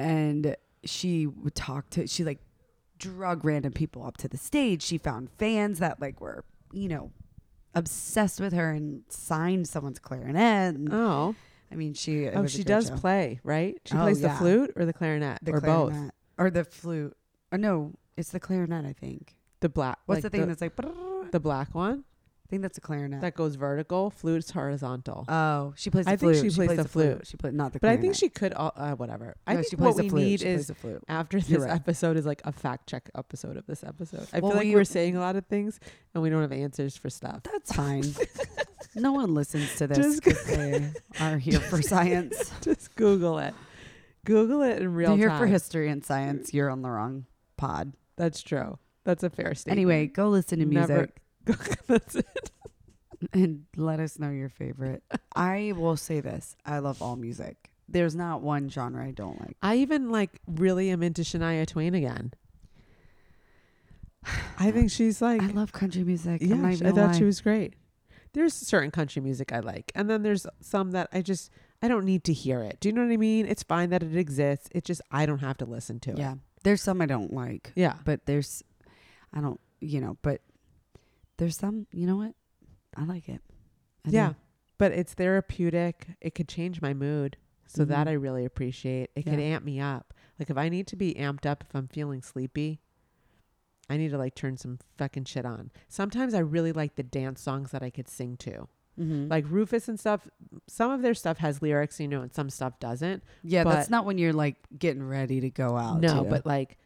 [SPEAKER 1] and she would talk to she like drug random people up to the stage she found fans that like were you know obsessed with her and signed someone's clarinet and,
[SPEAKER 2] Oh,
[SPEAKER 1] i mean she it
[SPEAKER 2] oh,
[SPEAKER 1] was a
[SPEAKER 2] she
[SPEAKER 1] great
[SPEAKER 2] does
[SPEAKER 1] show.
[SPEAKER 2] play right. She
[SPEAKER 1] Oh,
[SPEAKER 2] plays the
[SPEAKER 1] yeah.
[SPEAKER 2] flute or the clarinet
[SPEAKER 1] the
[SPEAKER 2] or both.
[SPEAKER 1] clarinet or the flute oh no it's the clarinet i think
[SPEAKER 2] The black.
[SPEAKER 1] what's
[SPEAKER 2] like
[SPEAKER 1] the thing that's like brrrr?
[SPEAKER 2] the black one
[SPEAKER 1] i think that's a clarinet
[SPEAKER 2] that goes vertical. Flute's horizontal.
[SPEAKER 1] oh she plays the
[SPEAKER 2] I think
[SPEAKER 1] flute
[SPEAKER 2] she plays the flute.
[SPEAKER 1] she played not the
[SPEAKER 2] but I
[SPEAKER 1] clarinet.
[SPEAKER 2] think she could. All, uh, whatever. I
[SPEAKER 1] No,
[SPEAKER 2] think
[SPEAKER 1] she plays
[SPEAKER 2] what
[SPEAKER 1] the
[SPEAKER 2] we
[SPEAKER 1] flute.
[SPEAKER 2] need
[SPEAKER 1] she
[SPEAKER 2] is
[SPEAKER 1] plays the flute
[SPEAKER 2] after
[SPEAKER 1] You're
[SPEAKER 2] this
[SPEAKER 1] right.
[SPEAKER 2] episode is like a fact check episode of this episode. I
[SPEAKER 1] Well,
[SPEAKER 2] feel like
[SPEAKER 1] we-
[SPEAKER 2] we, are saying a lot of things and we don't have answers for stuff.
[SPEAKER 1] that's fine no one listens to this
[SPEAKER 2] Just-
[SPEAKER 1] 'cause they are here for science
[SPEAKER 2] Just Google it. Google it in real
[SPEAKER 1] They're here
[SPEAKER 2] time.
[SPEAKER 1] for history and science. You're on the wrong pod.
[SPEAKER 2] That's true. That's a fair statement.
[SPEAKER 1] Anyway, go listen to music
[SPEAKER 2] Never- That's it.
[SPEAKER 1] and let us know your favorite. I will say this: I love all music. There's not one genre I don't like.
[SPEAKER 2] I even like really am into Shania Twain again. I think she's like,
[SPEAKER 1] I love country music.
[SPEAKER 2] yeah,
[SPEAKER 1] I'm not
[SPEAKER 2] I
[SPEAKER 1] even
[SPEAKER 2] thought
[SPEAKER 1] gonna
[SPEAKER 2] she
[SPEAKER 1] lie.
[SPEAKER 2] was great. There's certain country music I like, and then there's some that I just I don't need to hear it. Do you know what I mean? It's fine that it exists. It just I don't have to listen to it.
[SPEAKER 1] Yeah, there's some I don't like,
[SPEAKER 2] Yeah,
[SPEAKER 1] but there's, I don't, you know, but there's some. You know what? I like it. I do.
[SPEAKER 2] yeah. But it's therapeutic. It could change my mood, so that
[SPEAKER 1] Mhm.
[SPEAKER 2] I really appreciate. It could
[SPEAKER 1] Yeah.
[SPEAKER 2] amp me up. Like if I need to be amped up if I'm feeling sleepy, I need to like turn some fucking shit on. Sometimes I really like the dance songs that I could sing to.
[SPEAKER 1] Mhm.
[SPEAKER 2] like Rufus and stuff. Some of their stuff has lyrics, you know, and some stuff doesn't.
[SPEAKER 1] yeah. that's
[SPEAKER 2] but-
[SPEAKER 1] not when you're like getting ready to go out.
[SPEAKER 2] no,
[SPEAKER 1] too.
[SPEAKER 2] but like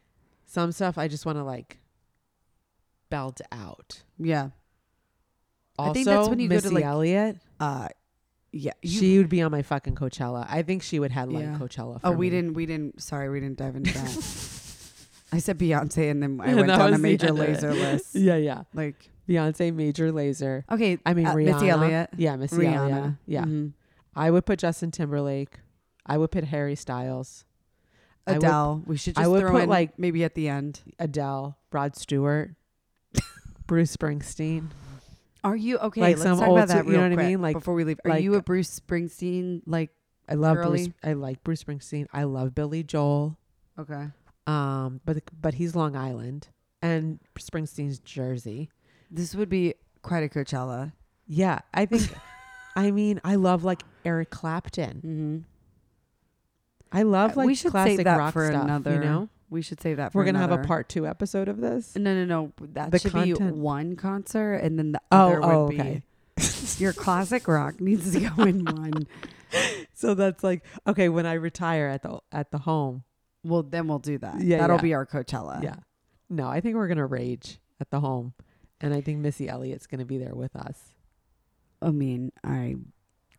[SPEAKER 2] some stuff, I just want to like belt out.
[SPEAKER 1] yeah,
[SPEAKER 2] Also,
[SPEAKER 1] I think that's when you go to,
[SPEAKER 2] Missy
[SPEAKER 1] like-
[SPEAKER 2] Elliott.
[SPEAKER 1] uh, yeah. you-
[SPEAKER 2] she would be on my fucking Coachella. I think she would headline
[SPEAKER 1] Yeah.
[SPEAKER 2] Coachella. For
[SPEAKER 1] Oh, we
[SPEAKER 2] me.
[SPEAKER 1] didn't. We didn't. Sorry, we didn't dive into that. I said Beyonce, and then I
[SPEAKER 2] And
[SPEAKER 1] went
[SPEAKER 2] that
[SPEAKER 1] down a
[SPEAKER 2] was the
[SPEAKER 1] major
[SPEAKER 2] end of it.
[SPEAKER 1] laser list.
[SPEAKER 2] Yeah, yeah.
[SPEAKER 1] Like,
[SPEAKER 2] Beyonce, Major Laser.
[SPEAKER 1] okay,
[SPEAKER 2] I mean,
[SPEAKER 1] uh,
[SPEAKER 2] Rihanna.
[SPEAKER 1] Missy Elliott,
[SPEAKER 2] Yeah, Missy
[SPEAKER 1] Rihanna,
[SPEAKER 2] Elliott. Yeah,
[SPEAKER 1] Mhm.
[SPEAKER 2] I would put Justin Timberlake. I would put Harry Styles, I would-
[SPEAKER 1] Adele. we should
[SPEAKER 2] I
[SPEAKER 1] just
[SPEAKER 2] would
[SPEAKER 1] throw
[SPEAKER 2] put,
[SPEAKER 1] in like
[SPEAKER 2] like-
[SPEAKER 1] maybe at the end.
[SPEAKER 2] Adele, Rod Stewart, Bruce Springsteen.
[SPEAKER 1] Are you okay?
[SPEAKER 2] Like
[SPEAKER 1] let's
[SPEAKER 2] some
[SPEAKER 1] talk
[SPEAKER 2] old
[SPEAKER 1] about that
[SPEAKER 2] school-
[SPEAKER 1] real
[SPEAKER 2] you know what I
[SPEAKER 1] quick
[SPEAKER 2] mean? Like-
[SPEAKER 1] before we leave, are
[SPEAKER 2] like-
[SPEAKER 1] you a Bruce Springsteen? Like,
[SPEAKER 2] I love Bruce.
[SPEAKER 1] Girly.
[SPEAKER 2] I like Bruce Springsteen. I love Billy Joel.
[SPEAKER 1] okay,
[SPEAKER 2] Um, but but he's Long Island and Springsteen's Jersey.
[SPEAKER 1] this would be quite a Coachella.
[SPEAKER 2] Yeah, I think. I mean, I love like Eric Clapton.
[SPEAKER 1] Mm-hmm.
[SPEAKER 2] I
[SPEAKER 1] Uh,
[SPEAKER 2] love
[SPEAKER 1] we
[SPEAKER 2] like
[SPEAKER 1] should save
[SPEAKER 2] classic
[SPEAKER 1] that
[SPEAKER 2] rock
[SPEAKER 1] for
[SPEAKER 2] stuff.
[SPEAKER 1] another-
[SPEAKER 2] You know,
[SPEAKER 1] We should say that. For
[SPEAKER 2] we're gonna have
[SPEAKER 1] another-
[SPEAKER 2] a part two episode of this.
[SPEAKER 1] No, no, no. That
[SPEAKER 2] The
[SPEAKER 1] should be
[SPEAKER 2] content.
[SPEAKER 1] one concert, and then the
[SPEAKER 2] Oh,
[SPEAKER 1] other would
[SPEAKER 2] oh,
[SPEAKER 1] be
[SPEAKER 2] okay.
[SPEAKER 1] your classic rock needs to go in one.
[SPEAKER 2] So that's like okay when I retire at the at the home.
[SPEAKER 1] Well, then we'll do that.
[SPEAKER 2] Yeah,
[SPEAKER 1] That'll
[SPEAKER 2] yeah.
[SPEAKER 1] be our Coachella.
[SPEAKER 2] yeah. No, I think we're gonna rage at the home, and I think Missy Elliott's gonna be there with us.
[SPEAKER 1] I mean, I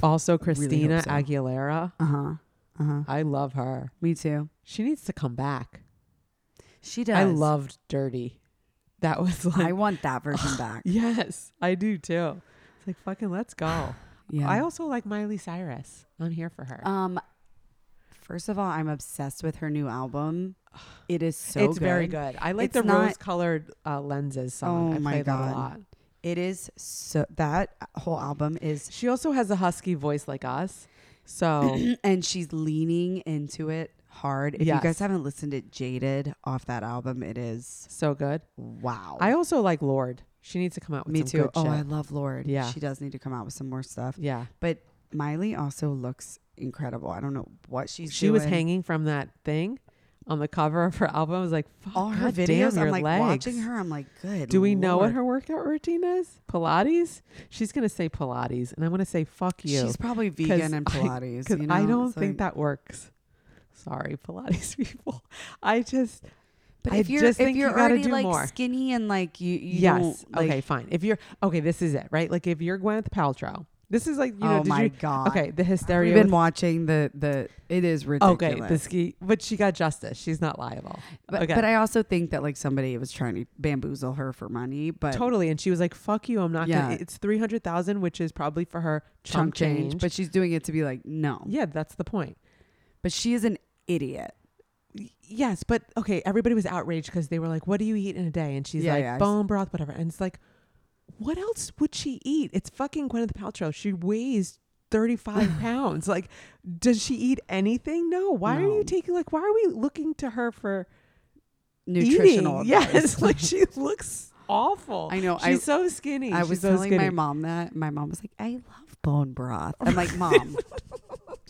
[SPEAKER 2] Also,
[SPEAKER 1] hope
[SPEAKER 2] Christina
[SPEAKER 1] so.
[SPEAKER 2] Aguilera.
[SPEAKER 1] uh huh. Uh huh.
[SPEAKER 2] I love her.
[SPEAKER 1] Me too.
[SPEAKER 2] She needs to come back.
[SPEAKER 1] She does.
[SPEAKER 2] I loved Dirty. That was like
[SPEAKER 1] I want that version back.
[SPEAKER 2] Yes, I do too. It's like fucking let's go.
[SPEAKER 1] Yeah.
[SPEAKER 2] I also like Miley Cyrus. I'm here for her.
[SPEAKER 1] um first of all, I'm obsessed with her new album. It is so
[SPEAKER 2] it's
[SPEAKER 1] good.
[SPEAKER 2] very good. I like
[SPEAKER 1] It's
[SPEAKER 2] the
[SPEAKER 1] not-
[SPEAKER 2] rose colored uh, lenses song.
[SPEAKER 1] Oh
[SPEAKER 2] I
[SPEAKER 1] my
[SPEAKER 2] play that
[SPEAKER 1] God.
[SPEAKER 2] a lot.
[SPEAKER 1] It is so that whole album is
[SPEAKER 2] She also has a husky voice like us. So
[SPEAKER 1] and she's leaning into it hard. If you guys
[SPEAKER 2] Yes.
[SPEAKER 1] haven't listened to Jaded off that album, it is
[SPEAKER 2] so good.
[SPEAKER 1] wow.
[SPEAKER 2] I also like Lord. She needs to come out with
[SPEAKER 1] Me
[SPEAKER 2] some
[SPEAKER 1] too.
[SPEAKER 2] good
[SPEAKER 1] Oh,
[SPEAKER 2] shit.
[SPEAKER 1] I love Lord.
[SPEAKER 2] Yeah.
[SPEAKER 1] She does need to come out with some more stuff.
[SPEAKER 2] yeah.
[SPEAKER 1] But Miley also looks incredible. I don't know what she's
[SPEAKER 2] She was
[SPEAKER 1] doing.
[SPEAKER 2] hanging from that thing on the cover of her album. I was like, Fuck,
[SPEAKER 1] all her
[SPEAKER 2] God
[SPEAKER 1] videos.
[SPEAKER 2] Damn, your
[SPEAKER 1] I'm like
[SPEAKER 2] legs.
[SPEAKER 1] watching her. I'm like, good.
[SPEAKER 2] Do we know what
[SPEAKER 1] lord.
[SPEAKER 2] her workout routine is? Pilates? She's going to say Pilates. And I'm going to say, fuck you.
[SPEAKER 1] She's probably vegan and
[SPEAKER 2] I-
[SPEAKER 1] Pilates.
[SPEAKER 2] Because
[SPEAKER 1] you know?
[SPEAKER 2] I don't
[SPEAKER 1] It's
[SPEAKER 2] think
[SPEAKER 1] like-
[SPEAKER 2] that works. Sorry, Pilates people. I just,
[SPEAKER 1] But
[SPEAKER 2] I
[SPEAKER 1] if you're
[SPEAKER 2] just
[SPEAKER 1] if
[SPEAKER 2] think
[SPEAKER 1] you're
[SPEAKER 2] you gotta
[SPEAKER 1] already
[SPEAKER 2] do
[SPEAKER 1] like
[SPEAKER 2] more.
[SPEAKER 1] skinny and like you, you
[SPEAKER 2] yes.
[SPEAKER 1] don't, like,
[SPEAKER 2] okay, fine. If you're, okay, this is it, right? Like if you're Gwyneth Paltrow, this is like, you know,
[SPEAKER 1] oh
[SPEAKER 2] did
[SPEAKER 1] my
[SPEAKER 2] you,
[SPEAKER 1] god.
[SPEAKER 2] okay, the
[SPEAKER 1] We've
[SPEAKER 2] hysteria.
[SPEAKER 1] been
[SPEAKER 2] with-
[SPEAKER 1] watching the the. It is ridiculous.
[SPEAKER 2] okay, the ski, but she got justice. She's not liable.
[SPEAKER 1] but,
[SPEAKER 2] okay.
[SPEAKER 1] but I also think that like somebody was trying to bamboozle her for money, but
[SPEAKER 2] Totally. And she was like, fuck you. I'm not
[SPEAKER 1] Yeah.
[SPEAKER 2] going to, it's 300,000, which is probably for her
[SPEAKER 1] chunk change. But she's doing it to be like, no,
[SPEAKER 2] yeah, that's the point.
[SPEAKER 1] But she is an idiot.
[SPEAKER 2] Yes, but okay, everybody was outraged because they were like, What do you eat in a day? And she's
[SPEAKER 1] Yeah,
[SPEAKER 2] like,
[SPEAKER 1] yeah, I s-
[SPEAKER 2] Bone broth, whatever. And it's like, What else would she eat? It's fucking Gwyneth Paltrow. She weighs 35 pounds. Like, does she eat anything? No. Why are
[SPEAKER 1] No.
[SPEAKER 2] you taking, like, why are we looking to her for
[SPEAKER 1] Nutritional.
[SPEAKER 2] eating?
[SPEAKER 1] advice.
[SPEAKER 2] Yes. like, she looks awful.
[SPEAKER 1] I know.
[SPEAKER 2] She's
[SPEAKER 1] I,
[SPEAKER 2] so skinny.
[SPEAKER 1] I
[SPEAKER 2] She's
[SPEAKER 1] was
[SPEAKER 2] so
[SPEAKER 1] telling
[SPEAKER 2] skinny.
[SPEAKER 1] my mom that. My mom was like, I love bone broth. I'm like, Mom,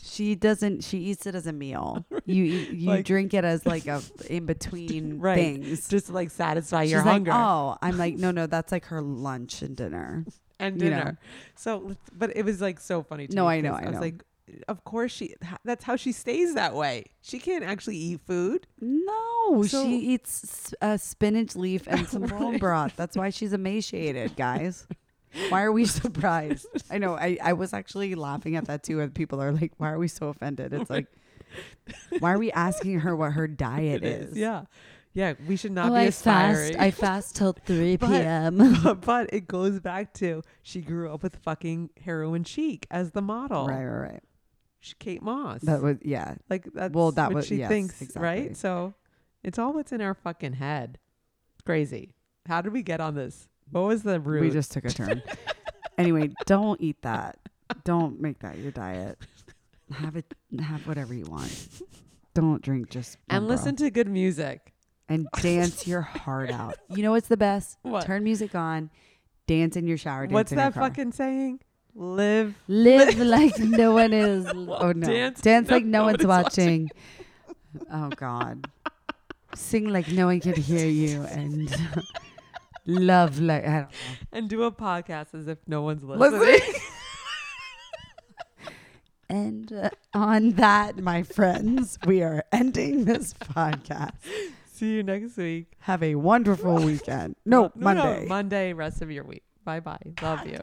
[SPEAKER 1] she doesn't, she eats it as a meal. You eat- you
[SPEAKER 2] Like-
[SPEAKER 1] drink it as like a in between
[SPEAKER 2] Right.
[SPEAKER 1] things.
[SPEAKER 2] Just to, like satisfy your
[SPEAKER 1] She's like,
[SPEAKER 2] hunger
[SPEAKER 1] oh, I'm like, no, no, that's like her lunch and dinner.
[SPEAKER 2] and
[SPEAKER 1] you
[SPEAKER 2] dinner.
[SPEAKER 1] know.
[SPEAKER 2] So, but it was like so funny to
[SPEAKER 1] No,
[SPEAKER 2] me
[SPEAKER 1] I know,
[SPEAKER 2] 'cause
[SPEAKER 1] I
[SPEAKER 2] was
[SPEAKER 1] know.
[SPEAKER 2] like, of course she. That's how she stays that way. She can't actually eat food.
[SPEAKER 1] No,
[SPEAKER 2] So-
[SPEAKER 1] she eats s- a spinach leaf and some bone broth. That's why she's emaciated, guys. Why are we surprised? I know. I, I was actually laughing at that too. And people are like, why are we so offended? It's like, why are we asking her what her diet is?
[SPEAKER 2] Yeah, yeah. We should not
[SPEAKER 3] oh,
[SPEAKER 2] be
[SPEAKER 3] I
[SPEAKER 2] aspiring.
[SPEAKER 3] fast. I fast till 3
[SPEAKER 2] But-
[SPEAKER 3] p.m.
[SPEAKER 2] but it goes back to she grew up with fucking heroin chic as the model.
[SPEAKER 1] Right, right, right.
[SPEAKER 2] She, Kate Moss.
[SPEAKER 1] That was, yeah.
[SPEAKER 2] like that's
[SPEAKER 1] Well, that
[SPEAKER 2] what
[SPEAKER 1] was-
[SPEAKER 2] she
[SPEAKER 1] yes,
[SPEAKER 2] thinks,
[SPEAKER 1] exactly.
[SPEAKER 2] right? So it's all what's in our fucking head. Crazy. How did we get on this? What was the root?
[SPEAKER 1] We just took a turn. anyway, don't eat that. Don't make that your diet. Have it. Have whatever you want. Don't drink just bone
[SPEAKER 2] and
[SPEAKER 1] broth.
[SPEAKER 2] listen to good music.
[SPEAKER 1] and dance your heart out. You know what's the best?
[SPEAKER 2] What?
[SPEAKER 1] Turn music on, dance in your shower. Dance
[SPEAKER 2] What's
[SPEAKER 1] in your
[SPEAKER 2] that
[SPEAKER 1] car.
[SPEAKER 2] fucking saying? Live.
[SPEAKER 3] Live like no one is.
[SPEAKER 1] Oh no!
[SPEAKER 2] Dance-
[SPEAKER 1] Dance, like no, one's watching. oh God! Sing like no one can hear you and love like I don't
[SPEAKER 2] and do a podcast as if no one's
[SPEAKER 1] know.
[SPEAKER 2] listening.
[SPEAKER 1] Listening.
[SPEAKER 3] And uh,
[SPEAKER 1] on that, my friends, we are ending this podcast.
[SPEAKER 2] See you next week.
[SPEAKER 1] Have a wonderful weekend. No, Monday.
[SPEAKER 2] Monday, rest of your week. Bye bye. Love you.